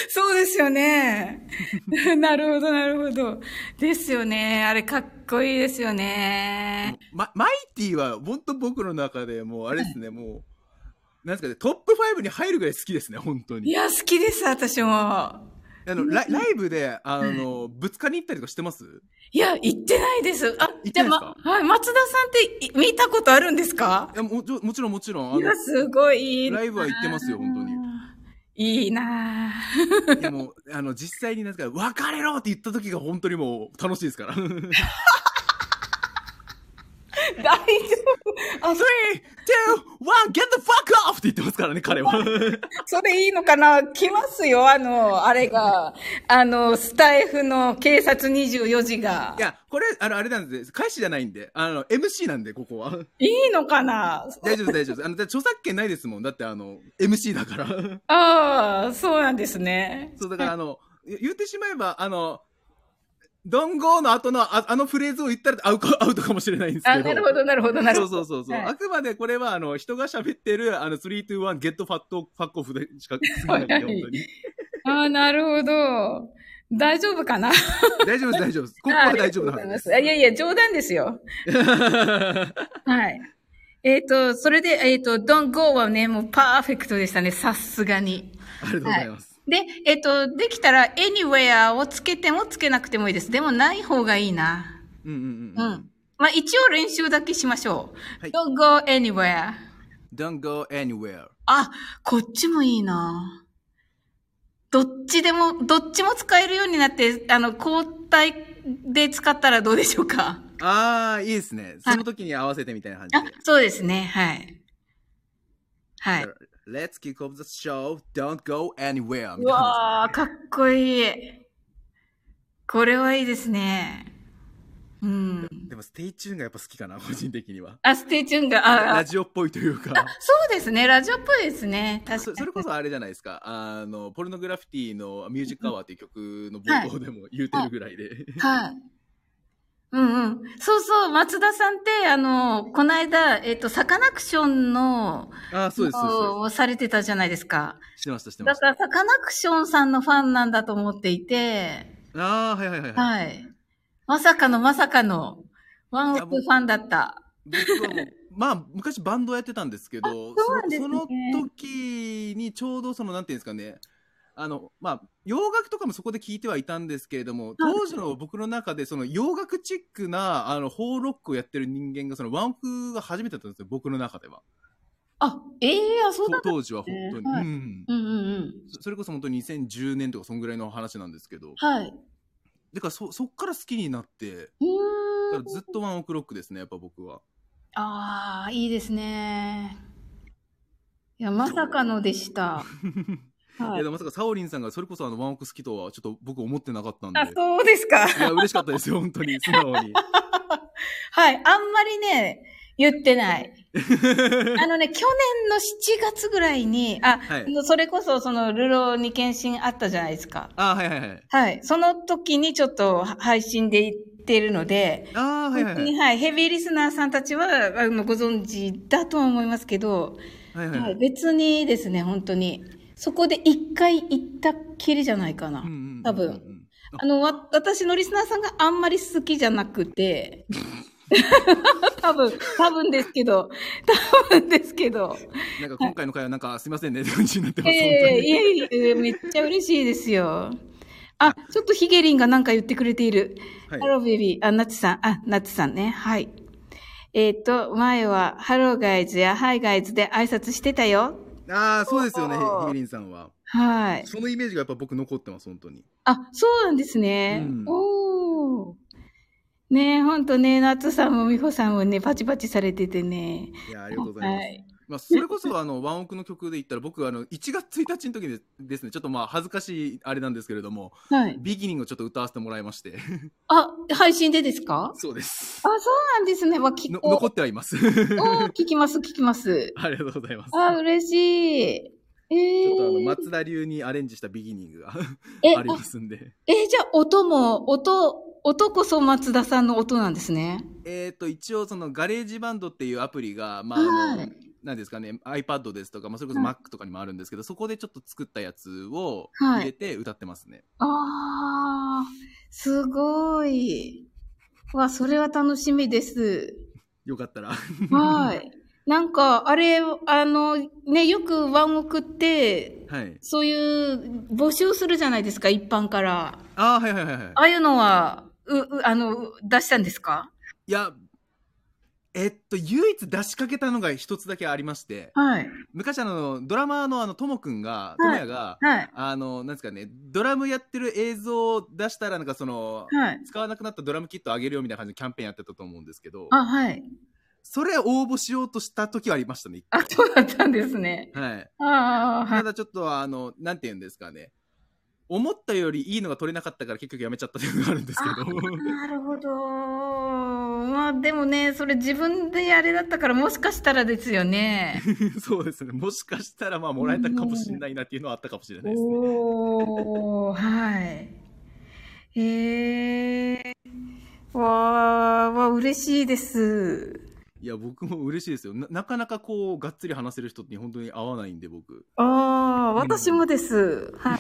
Speaker 2: す。
Speaker 1: そうですよね。 なるほど、なるほど。ですよね。あれ、かっこいいですよね。
Speaker 2: ま、マイティは、本当僕の中でもう、あれですね、もう、なんですかね、トップ5に入るぐらい好きですね、本当
Speaker 1: い
Speaker 2: に。
Speaker 1: や、好きです、私も。
Speaker 2: あの、ライライブで、あの、ぶつかりに行ったりとかしてます
Speaker 1: いや、行ってないです。あ、
Speaker 2: 行っ
Speaker 1: じゃあ、
Speaker 2: てないですか
Speaker 1: ま、はい、松田さんってい見たことあるんですか
Speaker 2: いやもちろん、もちろん、もちろん。あ
Speaker 1: い
Speaker 2: の
Speaker 1: や、すごいいいな。
Speaker 2: ライブは行ってますよ、本当に。
Speaker 1: いいなあ
Speaker 2: いやもう、あの、実際になんですか、別れろって言った時が本当にもう楽しいですから。3、2、
Speaker 1: 大丈夫。あ、それ、
Speaker 2: 1, get the fuck off! って言ってますからね、彼は。
Speaker 1: それいいのかな来ますよ、あの、あれが。あの、スタイフの警察24時が
Speaker 2: い。や、これ、あの、あれなんです。開始じゃないんで。あの、MC なんで、ここは。
Speaker 1: いいのかな
Speaker 2: 大丈夫です、大丈夫です。あの、だって著作権ないですもん。だって、あの、MC だから。
Speaker 1: ああ、そうなんですね。
Speaker 2: そう、だから、あの、言言ってしまえば、あの、ドンゴーの後のあ、あのフレーズを言ったらアウトアウトかもしれないんですけど。
Speaker 1: あ、なるほど、なるほど、なる
Speaker 2: そ
Speaker 1: ほ
Speaker 2: う
Speaker 1: ど。
Speaker 2: そうそうそう、
Speaker 1: はい
Speaker 2: あくまでこれは、あの、人が喋ってる、あの、3、2、1、ゲットファット、ファックオフでしか過ぎないんで、
Speaker 1: はい
Speaker 2: 本当に。
Speaker 1: ああ、なるほど。大丈夫かな
Speaker 2: 大丈夫です、大丈夫です。ここは大丈夫なはずです。
Speaker 1: ありがとうございますあいやいや、冗談ですよ。はい。えっ、と、それで、えっ、と、don't go はね、もうパーフェクトでしたね、さすがに。
Speaker 2: ありがとうございます。
Speaker 1: で、えっ、と、できたら、anywhere をつけてもつけなくてもいいです。でも、ない方がいいな。
Speaker 2: うんうん
Speaker 1: う
Speaker 2: うん。
Speaker 1: ん。まあ、一応練習だけしましょう。
Speaker 2: はい
Speaker 1: don't go anywhere。
Speaker 2: Don't go anywhere.
Speaker 1: あ、こっちもいいな。どっちでも、どっちも使えるようになって、あの、交代で使ったらどうでしょうか。
Speaker 2: ああ、いいですね。その時に合わせてみたいな感
Speaker 1: あ
Speaker 2: じで。、
Speaker 1: そうですね。はい。はい。
Speaker 2: Let's kick off the show. Don't go anywhere.
Speaker 1: う
Speaker 2: みたいな
Speaker 1: わあ、かっこいい。これはいいですね。うん。
Speaker 2: でも、ステイチューンがやっぱ好きかな、個人的には。
Speaker 1: あ、ステイチューンが、
Speaker 2: ラ
Speaker 1: あ、
Speaker 2: ジオっぽいというか。
Speaker 1: そうですね。ラジオっぽいですね。確か
Speaker 2: そ
Speaker 1: に。
Speaker 2: それこそあれじゃないですか。あの、ポルノグラフィティのミュージックアワーっていう曲の冒頭でも言うてるぐらいで。
Speaker 1: はい。うんうん。そうそう、松田さんって、あの、この間、えっと、サカナクションの、
Speaker 2: ああ、そうです、そうで
Speaker 1: をされてたじゃないですか。
Speaker 2: す。してました、してま
Speaker 1: だ
Speaker 2: し
Speaker 1: か
Speaker 2: た。
Speaker 1: ら、サカナクションさんのファンなんだと思っていて、
Speaker 2: ああ、はいはいはい。はい
Speaker 1: はい。まさかのまさかの、ワンオ
Speaker 2: いや
Speaker 1: クファンだった。
Speaker 2: 僕はもう、まあ、昔バンドやってたんですけど、
Speaker 7: そうなんですね
Speaker 2: その時にちょうどその、なんていうんですかね、あの、まあ、洋楽とかもそこで聞いてはいたんですけれども、当時の僕の中でその洋楽チックな、あの、ホーロックをやってる人間が、そのワンオクが初めてだったんですよ、僕の中では。
Speaker 1: あ、ええあ、そうだ
Speaker 2: と。当時は本当に。
Speaker 1: はい
Speaker 2: うん。
Speaker 1: うんうんうん。
Speaker 2: そそれこそ本当に2010年とかそんぐらいの話なんですけど、
Speaker 1: はい。
Speaker 2: だからそ、そっから好きになって、
Speaker 1: うー
Speaker 2: だから
Speaker 1: ん。
Speaker 2: ずっとワンオクロックですね、やっぱ僕は。
Speaker 1: ああ、いいですね。いや、まさかのでした。
Speaker 2: い
Speaker 1: は
Speaker 2: や
Speaker 1: い。
Speaker 2: でもまさかサオリンさんがそれこそあのワンオク好きとはちょっと僕思ってなかったんで。
Speaker 1: あ、そうですか。
Speaker 2: いや、嬉しかったですよ、本当に、素直に。
Speaker 1: はい。あんまりね、言って ない。あのね、去年の7月ぐらいに、あ、
Speaker 2: はい
Speaker 1: あのそれこそその、ルローに検診あったじゃないですか。
Speaker 2: あーはいはいはい。
Speaker 1: はい。その時にちょっとは配信で言ってるので、
Speaker 2: あーはいは
Speaker 1: 本当
Speaker 2: いはい
Speaker 1: に、。はい、ヘビーリスナーさんたちは、あの、ご存知だとは思いますけど、
Speaker 2: はいはい
Speaker 1: は、
Speaker 2: はいい。
Speaker 1: 別にですね、本当に。そこで一回行ったっきりじゃないかな。
Speaker 2: うんうんうん
Speaker 1: 多分。
Speaker 2: あ
Speaker 1: あの、わ、私のリスナーさんがあんまり好きじゃなく て、多分、多分ですけど、多分ですけど、
Speaker 2: なんか今回の回はなんかすいませんね、って感じになって
Speaker 1: え
Speaker 2: ます、本
Speaker 1: え
Speaker 2: 当
Speaker 1: い
Speaker 2: に。
Speaker 1: えいえ、めっちゃ嬉しいですよ。あ、ちょっとヒゲリンがなんか言ってくれている。
Speaker 2: はい
Speaker 1: ハローベビー、あ、ナツさん、あ、ナツさんね、はい。えっ、と、前は、ハローガイズやハイガイズで挨拶してたよ。
Speaker 2: ああ、そうですよね、
Speaker 1: そう
Speaker 2: ヒゲリンさんは。
Speaker 1: はい。
Speaker 2: そのイメージがやっぱ僕残ってます、本当に。
Speaker 1: あ、そうなんですね。
Speaker 2: うん
Speaker 1: おお。ねえ、ほんとね、夏さんも美穂さんもね、パチパチされててね。
Speaker 2: いや、ありがとうございます。
Speaker 1: はい
Speaker 2: まあ、それこそあの、ワンオクの曲で言ったら僕、あの、1月1日の時でですね、ちょっとまあ、恥ずかしいあれなんですけれども、
Speaker 1: はい。
Speaker 2: ビギニングをちょっと歌わせてもらいまして。
Speaker 1: あ、配信でですかあ、
Speaker 2: そうです。
Speaker 1: そうなんですね。まあ、聞
Speaker 2: の
Speaker 1: こ
Speaker 2: 残ってはいます。
Speaker 1: おー聞きます、聞きます。
Speaker 2: ありがとうございます。
Speaker 1: あ、嬉しい。え
Speaker 2: ちょっとあの、
Speaker 1: ー、
Speaker 2: 松田流にアレンジしたビギニングが
Speaker 1: え
Speaker 2: ありますんで。
Speaker 1: えじゃあ、音も、音、音こそ松田さんの音なんですね。
Speaker 2: えっと、一応そのガレージバンドっていうアプリが、まあ、あ
Speaker 1: は
Speaker 2: の
Speaker 1: い、
Speaker 2: なんですかね、iPad ですとか、まあ、それこそ Mac とかにもあるんですけど、そこでちょっと作ったやつを
Speaker 1: はい
Speaker 2: 入れて歌ってますね。
Speaker 1: あー、すごい。わ、それは楽しみです。
Speaker 2: よかったら。
Speaker 1: はい。なんか、あれ、あの、ね、よくワンオクって、
Speaker 2: はい。
Speaker 1: そういう募集するじゃないですか、一般から。
Speaker 2: ああ、はいはいはいはい
Speaker 1: あ。あいうのは、う、う、あの、う出したんですか
Speaker 2: いや、えっと、唯一出しかけたのが一つだけありまして、
Speaker 1: はい。
Speaker 2: 昔あの、ドラマーのあの、ともくんが、とも
Speaker 1: はい
Speaker 2: やが、
Speaker 1: はい。
Speaker 2: あの、なんですかね、ドラムやってる映像を出したら、なんかその、
Speaker 1: はい。
Speaker 2: 使わなくなったドラムキットあげるよみたいな感じのキャンペーンやってたと思うんですけど、
Speaker 1: あ、はい。
Speaker 2: それ応募しようとした時はありましたね。
Speaker 1: あ、そうだったんですね。
Speaker 2: はい。
Speaker 1: ああ、は
Speaker 2: た
Speaker 1: い。
Speaker 2: だちょっとあの、なんて言うんですかね。思ったよりいいのが取れなかったから結局やめちゃったっていうのがあるんですけど。
Speaker 1: なるほど。まあ、でもね、それ自分であれだったから、もしかしたらですよね。
Speaker 2: そうですね。もしかしたらまあもらえたかもしれないなっていうのはあったかもしれないですね。
Speaker 1: おお、はい。へえ。わあ、わあ、嬉しいです。
Speaker 2: いや、僕も嬉しいですよ。ななかなかこう、がっつり話せる人に本当に合わないん で僕。
Speaker 1: ああ、私もです。 はい。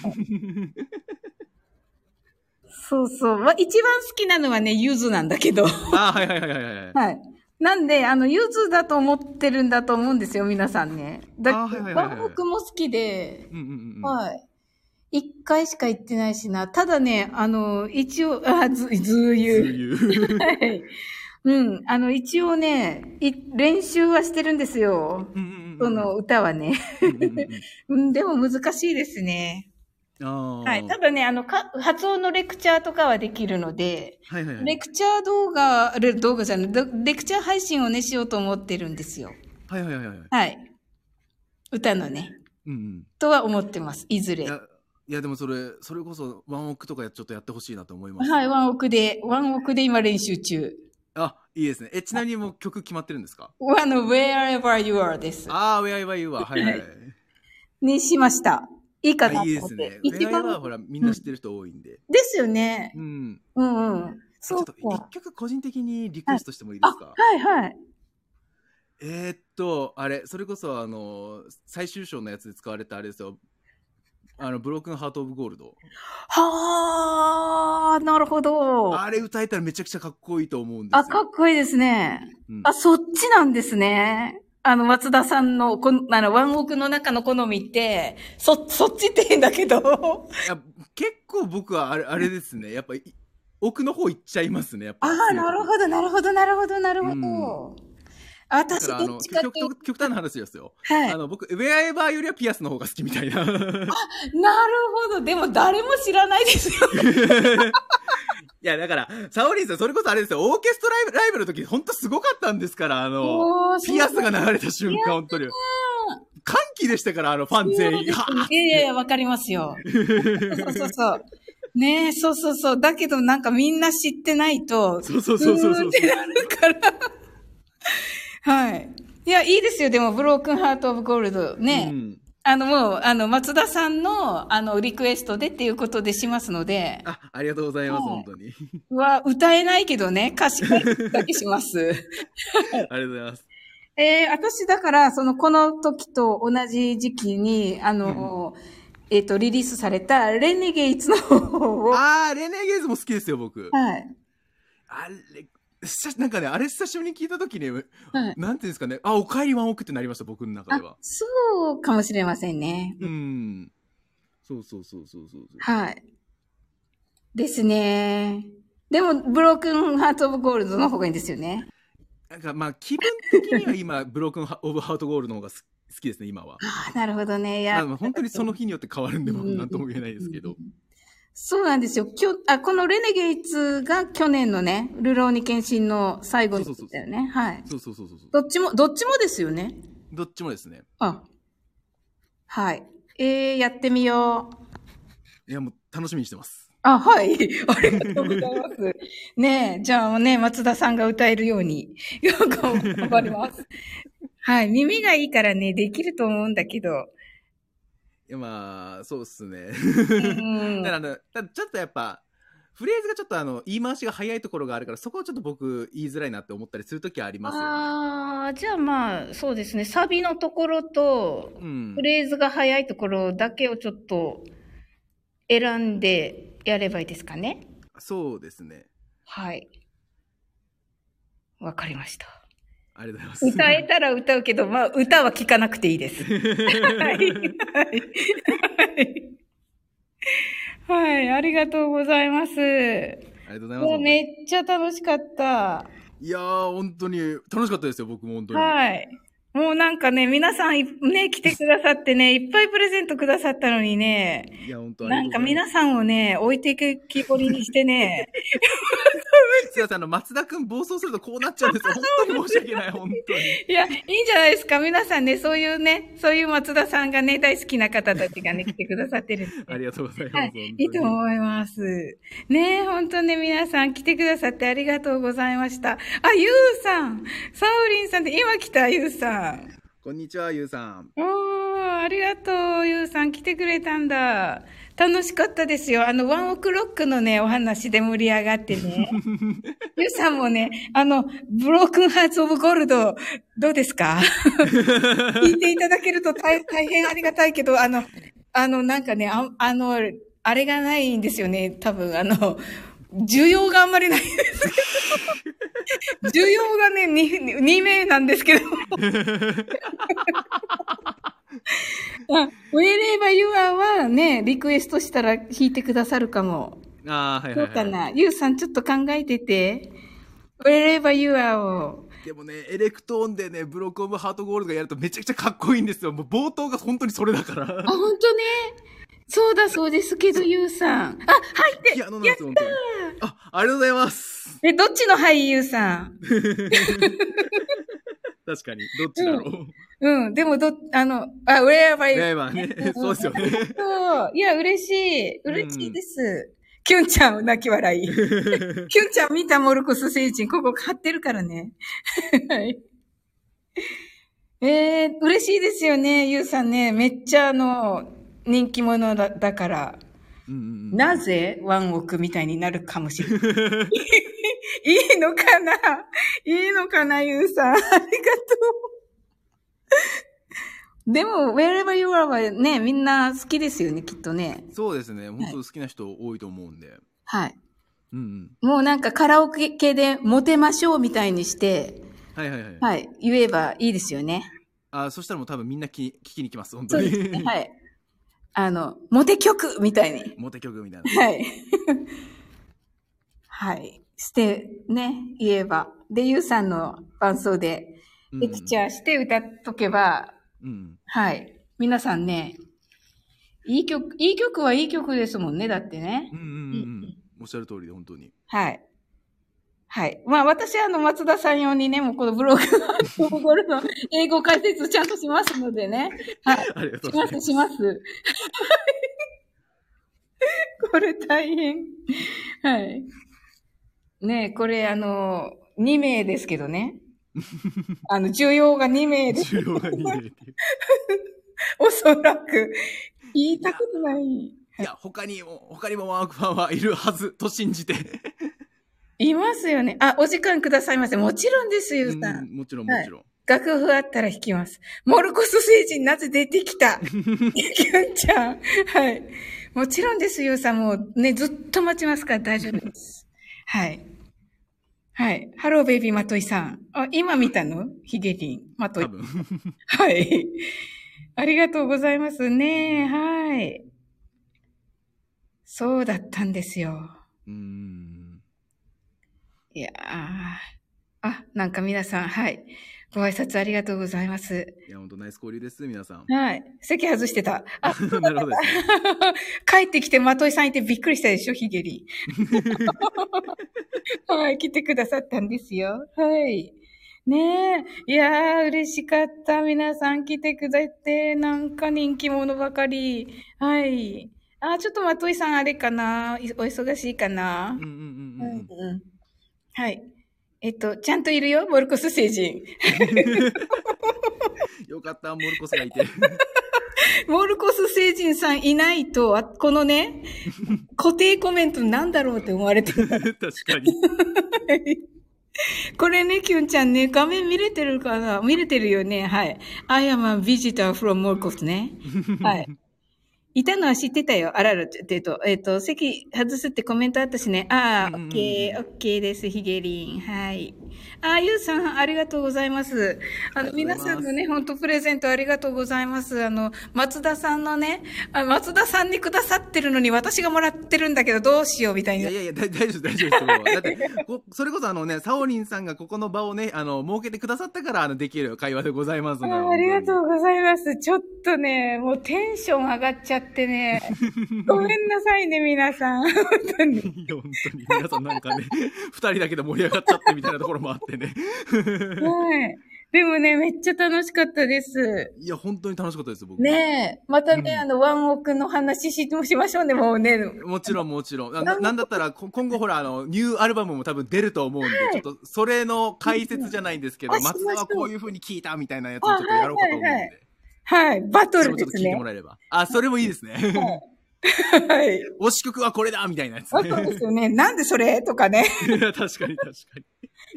Speaker 1: そうそう。まあ、一番好きなのはね、ゆずなんだけど。は
Speaker 2: ああ、はいはいはいはいはい。
Speaker 1: い。なんで、あの、ゆずだと思ってるんだと思うんですよ、皆さんね。だ
Speaker 2: あ
Speaker 1: け
Speaker 2: ー
Speaker 1: ど、
Speaker 2: はいはいはいはい
Speaker 1: 僕も好きで。
Speaker 2: うんうんうんうん。
Speaker 1: はい。一回しか行ってないしな。ただね、あの、一応、あ、ず、ずう
Speaker 2: そう
Speaker 1: ゆ
Speaker 2: いう。
Speaker 1: う。はい。うん。あの、一応ね、い練習はしてるんですよ。
Speaker 2: うんうんうんうん
Speaker 1: その歌はね。
Speaker 2: うんうんうん
Speaker 1: うん、でも難しいですね。
Speaker 2: あー
Speaker 1: はい。ただね、あの、か発音のレクチャーとかはできるので、
Speaker 2: はいはいはい。
Speaker 1: レクチャー動画、レ動画じゃない、どレクチャー配信をね、しようと思ってるんですよ。
Speaker 2: はいはいはいはい。
Speaker 1: はい。歌のね、
Speaker 2: うん
Speaker 1: とは思ってます。いず
Speaker 2: うん。
Speaker 1: れ
Speaker 2: い。や、いやでもそれ、それこそワンオクとかちょっとやってほしいなと思います。
Speaker 1: はい、ワンオクで、ワンオクで今練習中。
Speaker 2: あ、いいですね。え、ちなみにもう曲決まってるんですか
Speaker 1: あの、wherever you are です。
Speaker 2: ああ、Where Are You Are。はいはい。
Speaker 1: にしました。いいかな
Speaker 2: あ
Speaker 1: と
Speaker 2: いいで
Speaker 1: 思っ
Speaker 2: す
Speaker 1: て。
Speaker 2: ね。
Speaker 1: 一
Speaker 2: Where Are You Are
Speaker 1: 番
Speaker 2: はほら、みんな知ってる人多いんで。
Speaker 1: ですよね。
Speaker 2: うん。
Speaker 1: うんうん。
Speaker 2: ち
Speaker 1: そ
Speaker 2: ょ
Speaker 1: う
Speaker 2: っ
Speaker 1: か
Speaker 2: と。一曲個人的にリクエストしてもいいですか
Speaker 1: はいはい。
Speaker 2: えーっと、あれ、それこそあの、最終章のやつで使われたあれですよ。あの、ブロークンハート・オブ・ゴールド。
Speaker 1: はあ、なるほど。あ、
Speaker 2: あれ歌えたらめちゃくちゃかっこいいと思うんですよ。
Speaker 1: かっこいいですね。
Speaker 2: うん
Speaker 1: あ、そっちなんですね。あの、松田さんの、こんあの、ワンオクの中の好みって、そ、そっちって言うんだけど。
Speaker 2: いや結構僕はあれあれですね。やっぱい奥の方行っちゃいますね。やっぱ
Speaker 7: ああ、なるほど、なるほど、なるほど、なるほど。
Speaker 2: だ
Speaker 7: 私、
Speaker 2: からあ
Speaker 7: ど
Speaker 2: の
Speaker 7: っちかって
Speaker 2: 極
Speaker 7: いう
Speaker 2: 極極端な話ですよ。
Speaker 7: はい。な
Speaker 2: あ
Speaker 7: る
Speaker 2: の僕、ウェアエバーよりはピアスの方が好きみた いな。
Speaker 1: なるほど。でも誰も知らないですよ。
Speaker 2: いや、だから、サオリンさん、それこそあれですよ、オーケストラライブライブの時、ほんとすごかったんですから、あの、
Speaker 1: おー
Speaker 2: ピアスが流れた瞬間、本当に。歓喜でしたから、あの、ファン全員。はっ
Speaker 1: いやいやいや、わかりますよ。そうそうそう。ねえ、そうそうそう。だけどなんかみんな知ってないと、
Speaker 2: そうそうそうそうそう
Speaker 1: ーんってなるから。はい。いや、いいですよ。でも、ブロークンハートオブゴールド。ね。
Speaker 2: うん
Speaker 1: あの、もう、あの、松田さんの、あの、リクエストでっていうことでしますので、
Speaker 2: あ、ありがとうございます、
Speaker 1: はい
Speaker 2: 本当に。
Speaker 1: は、歌えないけどね、歌詞書いてだけします。
Speaker 2: ありがとうございます。
Speaker 1: えー、私だから、その、この時と同じ時期に、あの、えっ、と、リリースされた、レネゲイツの方を、は
Speaker 2: あー、レネゲーズも好きですよ、僕。
Speaker 1: い。
Speaker 2: あれ、久しなんかね、あれ久しぶりに聞いた時に、
Speaker 1: はい
Speaker 2: なんていうんですかね、あ、おかえりワンオクってなりました、僕の中では。
Speaker 1: そうかもしれませんね。
Speaker 2: うん。そうそうそうそうそうそう。
Speaker 1: はい。ですね。でも、ブロークンハートオブゴールドの方がいいんですよね。
Speaker 2: なんかまあ気分的には今ブロークンハオブハートゴールドの方がす好きですね今は。
Speaker 1: あなるほどね。い
Speaker 2: まあ
Speaker 1: や
Speaker 2: ま、あ本当にその日によって変わるんで僕
Speaker 1: うん
Speaker 2: なんとも言えないですけど。
Speaker 1: そうなんですよ。きょあこのレネゲイツが去年のね、ルローニケンシンの最後の
Speaker 2: そうそうそう
Speaker 1: だよね。はい。
Speaker 2: そうそうそうそうそう。
Speaker 1: どっちも、どっちもですよね。
Speaker 2: どっちもですね。
Speaker 1: あ。はい。えー、やってみよう。
Speaker 2: いやもう楽しみにしてます。
Speaker 1: あ、はい。 ありがとうございます。ねえ、じゃあね、松田さんが歌えるように、頑張ります。はい。耳がいいからね、できると思うんだけど。
Speaker 2: いやまあそうですね。
Speaker 1: うん
Speaker 2: だからあのただちょっとやっぱフレーズがちょっとあの言い回しが早いところがあるからそこはちょっと僕言いづらいなって思ったりするときはありますよ、
Speaker 1: ああ、じゃあまあ、そうですね。サビのところと、
Speaker 2: うん
Speaker 1: フ。レーズが早いところだけをちょっと選んでやればいいですかね。
Speaker 2: そうですね。
Speaker 1: はい。わかりました。
Speaker 2: ありがとうございます。
Speaker 1: 歌えたら歌うけど、まあ、歌は聞かなくていい です。はい。はい。はい。はいありがとうございます。
Speaker 2: ありがとうござ
Speaker 1: も
Speaker 2: います
Speaker 1: う
Speaker 2: 本当に。
Speaker 1: めっちゃ楽しかった。
Speaker 2: いやー本当に楽しかったですよ僕も本当に。
Speaker 1: はい。もうなんかね、皆さんいね、来てくださってね、 いっぱいプレゼントくださったのにね、
Speaker 2: いや本当ありが
Speaker 1: なん
Speaker 2: とうござ
Speaker 1: か
Speaker 2: います。
Speaker 1: 皆さんをね、置いていくきぼりにしてね、
Speaker 2: すいません、あの、松田くん暴走するとこうなっちゃうんですよ。本当に申し訳ない、本当に。
Speaker 1: いや、いいんじゃないですか。皆さんね、そういうね、そういう松田さんがね、大好きな方たちがね、来てくださってるん で。
Speaker 2: ありがとうございます。
Speaker 1: はい
Speaker 2: 本当に
Speaker 1: いいと思います。ねえ、本当ね、皆さん来てくださってありがとうございました。あ、ゆうさんサウリンさんって今来た、ゆうさん。
Speaker 2: こんにちは、ゆうさん。
Speaker 1: おー、ありがとう、ゆうさん来てくれたんだ。楽しかったですよ。あの、ワンオクロックのね、お話で盛り上がってね。ゆうさんもね、あの、ブロークンハーツオブゴールド、どうですか聞いていただけると大大変ありがたいけど、あの、あの、なんかね、ああの、あれがないんですよね、多分、あの、需要があんまりないん ですけど。需要がね2、2名なんですけど。あ、ウェレーバユアはね、リクエストしたら弾いてくださるかも。
Speaker 2: ああ、はい
Speaker 1: ど
Speaker 2: は
Speaker 1: うか
Speaker 2: い、はい。
Speaker 1: な。ユウさんちょっと考えてて。ウェレーバユアを。
Speaker 2: でもね、エレクトーンでね、ブロックオブハートゴールドがやるとめちゃくちゃかっこいいんですよ。もう冒頭が本当にそれだから
Speaker 1: あ、。ほんとね。そうだそうですけど、ユウさん。あ、入って
Speaker 2: ピアノなんですよ、本当に。あ、ありがとうございます。
Speaker 1: え、どっちの俳優さん
Speaker 2: 確かに。どっちだろう。
Speaker 1: うん、でもど、あの、あ、ウェアバ
Speaker 2: いや、
Speaker 1: ユア。
Speaker 2: 今ね、そうですよね。
Speaker 1: そう。いや、嬉しい。嬉しいです。キュンちゃん、泣き笑い。キュンちゃん見たモルコス星人、ここ貼ってるからね。 はい。えー、嬉しいですよね、ゆうさんね。めっちゃ、あの、人気者だだから。
Speaker 2: うんうんうん。
Speaker 1: なぜワンオクみたいになるかもしれない。いいのかないいのかな、ゆうさん。ありがとでも、wherever you are はね、みんな好きですよね、きっとね。
Speaker 2: そうですね。本当好きな人多いと思うんで。
Speaker 1: はい。
Speaker 2: うんうん。
Speaker 1: もうなんかカラオケ系でモテましょうみたいにして、
Speaker 2: はいはいはい。
Speaker 1: はい、言えばいいですよね。
Speaker 2: あそしたらもう多分みんなき聞きに来ます。本
Speaker 1: そ
Speaker 2: 当
Speaker 1: う
Speaker 2: に。
Speaker 1: です ね。はい。あの、モテ曲みたいに。
Speaker 2: モテ曲みたい
Speaker 1: は
Speaker 2: な。
Speaker 1: い。 はい。して、ね、言えば。で、ゆうさんの伴奏で、レクチャーして歌っとけば、
Speaker 2: うんうん。
Speaker 1: はい。皆さんね、いい曲、いい曲はいい曲ですもんね、だってね
Speaker 2: う。んうんうんうん。おっしゃる通りで、本当に。
Speaker 1: はい。はい。まあ私はあの松田さん用にね、もうこのブログ、Google の 英語解説ちゃんとしますのでね。はい。
Speaker 2: ありがとう
Speaker 1: し
Speaker 2: ござ
Speaker 1: ま、
Speaker 2: いますす。
Speaker 1: します。 これ大変。はい。ねえ、これあの、2名ですけどね。 あの、需要が2名です。
Speaker 2: 重量が2名っていう。
Speaker 1: おそらく。言いたことない。
Speaker 2: いや、他にも、他にもワークファンはいるはずと信じて。
Speaker 1: いますよね。あ、お時間くださいませ。もちろんです、ゆうさ。
Speaker 2: うんんもちろんもちろん。
Speaker 1: 楽譜あったら弾きます。モルコス星人なぜ出てき たキュンちゃん。はい。もちろんです、ゆうさん。もうね、ずっと待ちますから大丈夫です。はい。はい。ハローベイビーマトイさん。あ、今見たのヒゲリン。マトイ
Speaker 2: 多。分。
Speaker 1: はい。ありがとうございますね。はい。そうだったんですよ。
Speaker 2: うん。
Speaker 1: いやーあ、なんか皆さん、はい。ご挨拶ありがとうございます。
Speaker 2: いや、本当ナイス交流です、皆さん。
Speaker 1: はい。席外してた。 あ、
Speaker 2: なるほどですね。
Speaker 1: 帰ってきて、まといさんいてびっくりしたでしょ、ヒゲリン。はい、来てくださったんですよ。はい。ねえ。いやー、嬉しかった。皆さん来てくださって、なんか人気者ばかり。はい。あ、ちょっとまといさんあれかないお忙しいかな
Speaker 2: うんうんうんうん。
Speaker 1: うんはい。えっと、ちゃんといるよ、モルコス星人。
Speaker 2: よかった、モルコスがいて。
Speaker 1: モルコス星人さんいないと、あこのね、固定コメントなんだろうって思われてる。
Speaker 2: 確かに。
Speaker 1: これね、キュンちゃんね、画面見れてるかな見れてるよね。はい。I am a visitor from モルコス ね。はい。いたのは知ってたよ。あららってと、えっと、席外すってコメントあったしね。ああ、
Speaker 2: うん
Speaker 1: オ
Speaker 2: うんうん
Speaker 1: ッケー、オッケーです、ヒゲリン。はい。ああ、ゆうさん、ありがとうございます。あの、
Speaker 2: あり
Speaker 1: 皆
Speaker 2: がとうご
Speaker 1: さ
Speaker 2: ざいます
Speaker 1: んのね、本当プレゼントありがとうございます。あの、松田さんのね、あ松田さんにくださってるのに私がもらってるんだけど、どうしようみたい
Speaker 2: い
Speaker 1: な
Speaker 2: やい。やいや、だ大丈夫です、大丈夫です。だって、こそれこそあのね、サオリンさんがここの場をね、あの、設けてくださったから、あの、できる会話でございますので。
Speaker 1: あありがと
Speaker 2: う。
Speaker 1: うございます。ちょっとね、もうテンション上がっちゃって ね。ごめんなさいね、皆さん。 本当に。
Speaker 2: いや、本当に。皆さんなんかね、二人だけで盛り上がっちゃってみたいなところもあってね。
Speaker 1: はい。でもね、めっちゃ楽しかったです。
Speaker 2: いや、本当に楽しかったです、僕。
Speaker 1: ねえ、またね、
Speaker 2: うん
Speaker 1: あの、ワンオクの話しもしましょうね、もうね。
Speaker 2: もちろん、もちろん。ななんだったら、こ今後ほら、あの、ニューアルバムも多分出ると思うんで、ちょっと、それの解説じゃないんですけ
Speaker 1: う
Speaker 2: ど、
Speaker 1: んあし
Speaker 2: 松
Speaker 1: ま
Speaker 2: 田
Speaker 1: しょう
Speaker 2: はこういう風に聞いたみたいなやつをちょっとやろうかと思うん
Speaker 1: あはいはい
Speaker 2: で。
Speaker 1: はい、バト
Speaker 2: それ
Speaker 1: ル
Speaker 2: もち
Speaker 1: で
Speaker 2: ょっ
Speaker 1: す
Speaker 2: と聞いても
Speaker 1: ね。
Speaker 2: らえれば。あ、それもいいで すね。
Speaker 1: はい。
Speaker 2: 推し曲はこれだみたいなやつ
Speaker 1: あ
Speaker 2: ね。
Speaker 1: そうですよね。なんでそれとかね。
Speaker 2: 確かに確か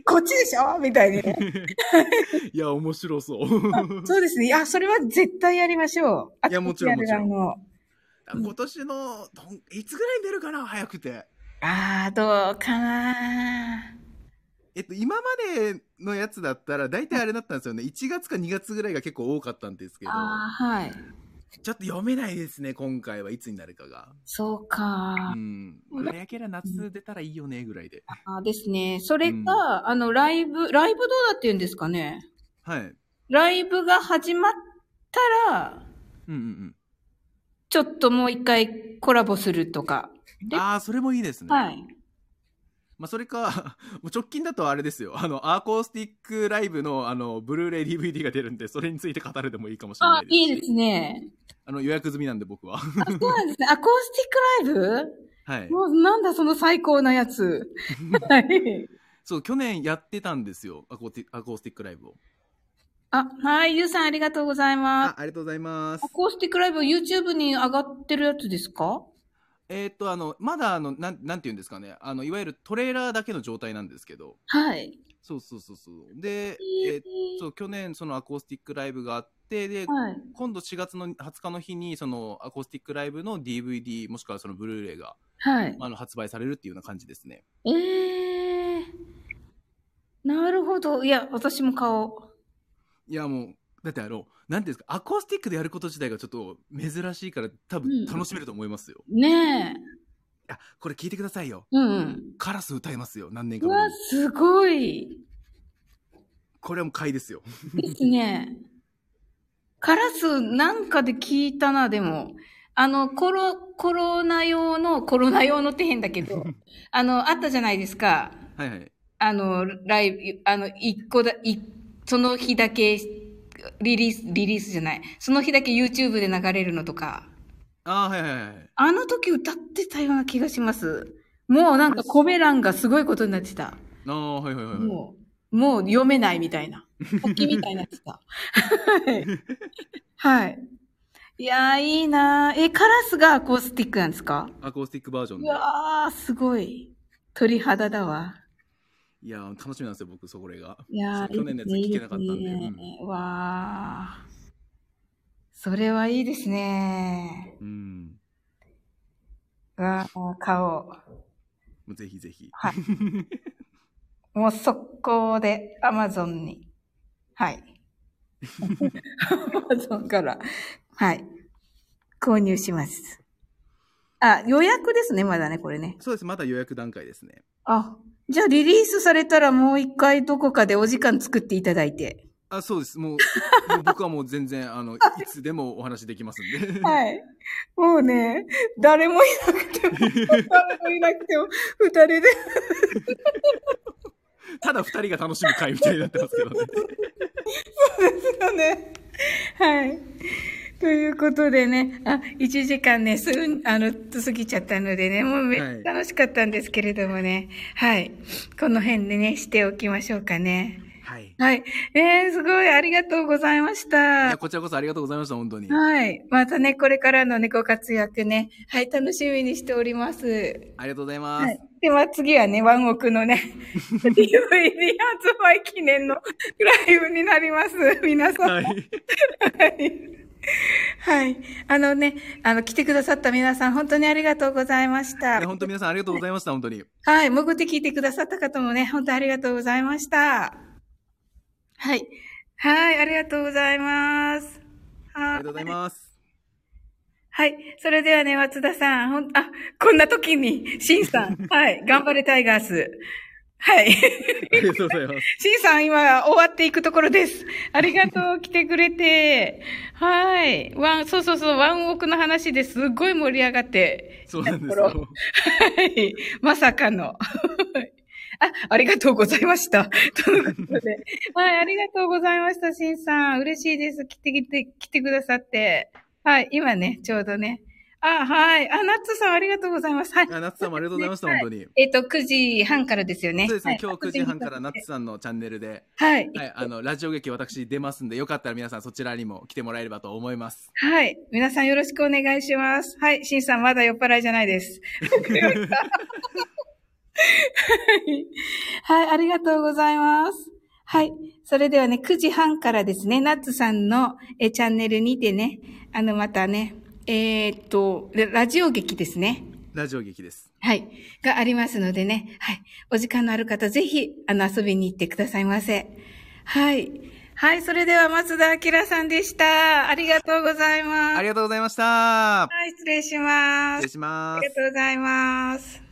Speaker 1: こっちでしょみたいにね。
Speaker 2: に。いや、面白そう。
Speaker 1: そうですね。あ、それは絶対やりましょう。
Speaker 2: いやもちろんもちろん
Speaker 1: あの
Speaker 2: 今年の、どんいつぐらいに出るかな早くて。
Speaker 1: あー、どうかな
Speaker 2: えっと、今までのやつだったら、大体あれだったんですよね。1月か2月ぐらいが結構多かったんですけど、
Speaker 1: あー、はい。
Speaker 2: ちょっと読めないですね、今回はいつになるかが。
Speaker 1: そうか
Speaker 2: う。ん。早ければ夏出たらいいよね、ぐらいで。
Speaker 1: あですね。それが、
Speaker 2: うん
Speaker 1: あの、ライブ、ライブどうだって言うんですかね。
Speaker 2: はい。
Speaker 1: ライブが始まったら、
Speaker 2: うんうん
Speaker 1: ちょっともう一回コラボするとか。
Speaker 2: うん。ああ、それもいいですね。
Speaker 1: はい。
Speaker 2: まあ、それか、 もう直近だとあれですよ。あの、アーコースティックライブの、あの、ブルーレイ DVD が出るんで、それについて語るでもいいかもしれ
Speaker 1: あ
Speaker 2: ない、です。
Speaker 1: いいです ね。
Speaker 2: あの、予約済みなんで僕は。
Speaker 1: あ そうなんですね。アコースティックライ
Speaker 2: はい
Speaker 1: ブ。もうなんだその最高なや つ。はい。
Speaker 2: そう、去年やってたんですよ。アコーティアコースティックライブを。
Speaker 1: あ、はい。ゆうさんありがとうございます
Speaker 2: あ。ありがとうございます
Speaker 1: ア。コースティックライブ YouTube に上がってるやつですか
Speaker 2: えーっと、あの、まだ、あの、なん、なんて言うんですかね。あの、いわゆるトレーラーだけの状態なんですけど。
Speaker 1: はい。
Speaker 2: そうそうそうそう。で、えーっと、去年そのアコースティックライブがあっってで
Speaker 1: はい。
Speaker 2: 今度4月の20日の日にそのアコースティックライブの DVD もしくはそのブルーレイが
Speaker 1: はい。
Speaker 2: あの発売されるっていうような感じですね。
Speaker 1: ええー。なるほど。いや、私も買おう。
Speaker 2: いやもうだってあのなんていうんですかアコースティックでやること自体がちょっと珍しいから多
Speaker 1: うん
Speaker 2: 分楽しめると思いますよ。
Speaker 1: ねえ。
Speaker 2: いやこれ聞いてくださいよ。
Speaker 1: うんうん。
Speaker 2: カラス歌いますよ何年か
Speaker 1: う
Speaker 2: ぶり
Speaker 1: わ、
Speaker 2: に
Speaker 1: すごい。
Speaker 2: これはもう買いですよ。
Speaker 1: ですね。カラスなんかで聞いたな、でも。あの、コロ、コロナ用の、コロナ用のって変だけ ど、あの、あったじゃないですか。
Speaker 2: はいはい。
Speaker 1: あの、ライブ、あの、一個だ、い、その日だけ、リリース、リリースじゃない。その日だけ YouTube で流れるのとか。
Speaker 2: ああはいはいはい。
Speaker 1: あの時歌ってたような気がします。もうなんかコメ欄がすごいことになってた。
Speaker 2: ああはいはいはいはい。
Speaker 1: もう、もう読めないみたいな。さっきみたいになってた。はい。はい。いやー、いいなー。え、カラスがアコースティックなんですか
Speaker 2: アコースティックバージョン
Speaker 1: う
Speaker 2: で。
Speaker 1: わー、すごい。鳥肌だわ。
Speaker 2: いやー楽しみなんですよ僕そこれが。
Speaker 1: いやー
Speaker 2: そう去年のやつ聞けなかったんで
Speaker 1: いいですね
Speaker 2: う
Speaker 1: わー。それはいいですね。
Speaker 2: うん。
Speaker 1: わー、買おう。
Speaker 2: もうぜひぜひ。
Speaker 1: はいもう速攻で Amazon に。はい。Amazon から。はい。購入します。あ、予約ですね、まだね、これね。
Speaker 2: そうですまだ予約段階ですね。
Speaker 1: あ、じゃあリリースされたらもう一回どこかでお時間作っていただいて。
Speaker 2: あそうで すもうもう僕はもう全然あのいつでもお話できますんで。
Speaker 1: はい。もうね、誰もいなくても、誰もいなくても、二人で。
Speaker 2: ただ二人が楽しむ会みたいになってますけどね。
Speaker 1: ですよね。はい。ということでね、あ、1時間ね、すぐ、あの、過ぎちゃったのでね、もうめ
Speaker 2: は
Speaker 1: っ
Speaker 2: い
Speaker 1: ちゃ楽しかったんですけれどもね、はい。この辺でね、しておきましょうかね。
Speaker 2: はい。い
Speaker 1: はい。えー、すごい、ありがとうございました
Speaker 2: や。こちらこそありがとうございました本当に。
Speaker 1: はい。またね、これからのね、ご活躍ね、はい、楽しみにしております。
Speaker 2: ありがとうございます。
Speaker 1: はい。で、まあ、次はね、ワンオク のね、DVD 発売記念のライブになります。皆さん。
Speaker 2: はい。
Speaker 1: はい。はい。あのね、あの、来てくださった皆さん、本当にありがとうございまし
Speaker 2: いや
Speaker 1: た。
Speaker 2: 本当皆さんありがとうございました本当に。
Speaker 1: はい。潜って聞いてくださった方もね、本当ありがとうございました。はい。はい、ありがとうございます。
Speaker 2: あり
Speaker 1: は
Speaker 2: がとうございます。
Speaker 1: はい。それではね、松田さん、ほん、あ、こんな時に、シンさ ん、はい。頑張れタイガース。はい。
Speaker 2: ありがとうございます。
Speaker 1: シンさん、今、終わっていくところです。ありがとう、来てくれて。はい。ワン、そうそうそう、ワンオクの話ですっごい盛り上がって。
Speaker 2: そうなんですよ。
Speaker 1: はい。まさかの。 あ、ありがとうございました。 ということで。はい、ありがとうございました、シンさん。嬉しいです。来てきて、来てくださって。はい、今ね、ちょうどね。あ、はい。あ、ナッツさん、ありがとうございます。はい。
Speaker 2: あ、ナッツさんもありがとうございました、
Speaker 1: はい
Speaker 2: 本当に。
Speaker 1: えっ、と、9時半からですよね。
Speaker 2: そうですね、
Speaker 1: はい
Speaker 2: 今日9時半からナッツさんのチャンネルで、
Speaker 1: はい。
Speaker 2: はい、あの、ラジオ劇私出ますんで、よかったら皆さんそちらにも来てもらえればと思います。
Speaker 1: はい。皆さんよろしくお願いします。はい。しんさん、まだ酔っ払いじゃない です。はい。ありがとうございます。はい。それではね、9時半からですね、ナッツさんのえチャンネルにてね、あの、またね、えーっと、ララジオ劇ですね。
Speaker 2: ラジオ劇です。
Speaker 1: はい。がありますのでね。はい。お時間のある方、ぜひ、あの、遊びに行ってくださいませ。はい。はい。それでは、松田明さんでした。ありがとうございます。
Speaker 2: ありがとうございました。
Speaker 1: はい。失礼しま
Speaker 2: 失
Speaker 1: す
Speaker 2: 礼。しま
Speaker 1: あ
Speaker 2: す
Speaker 1: りが。とうございます。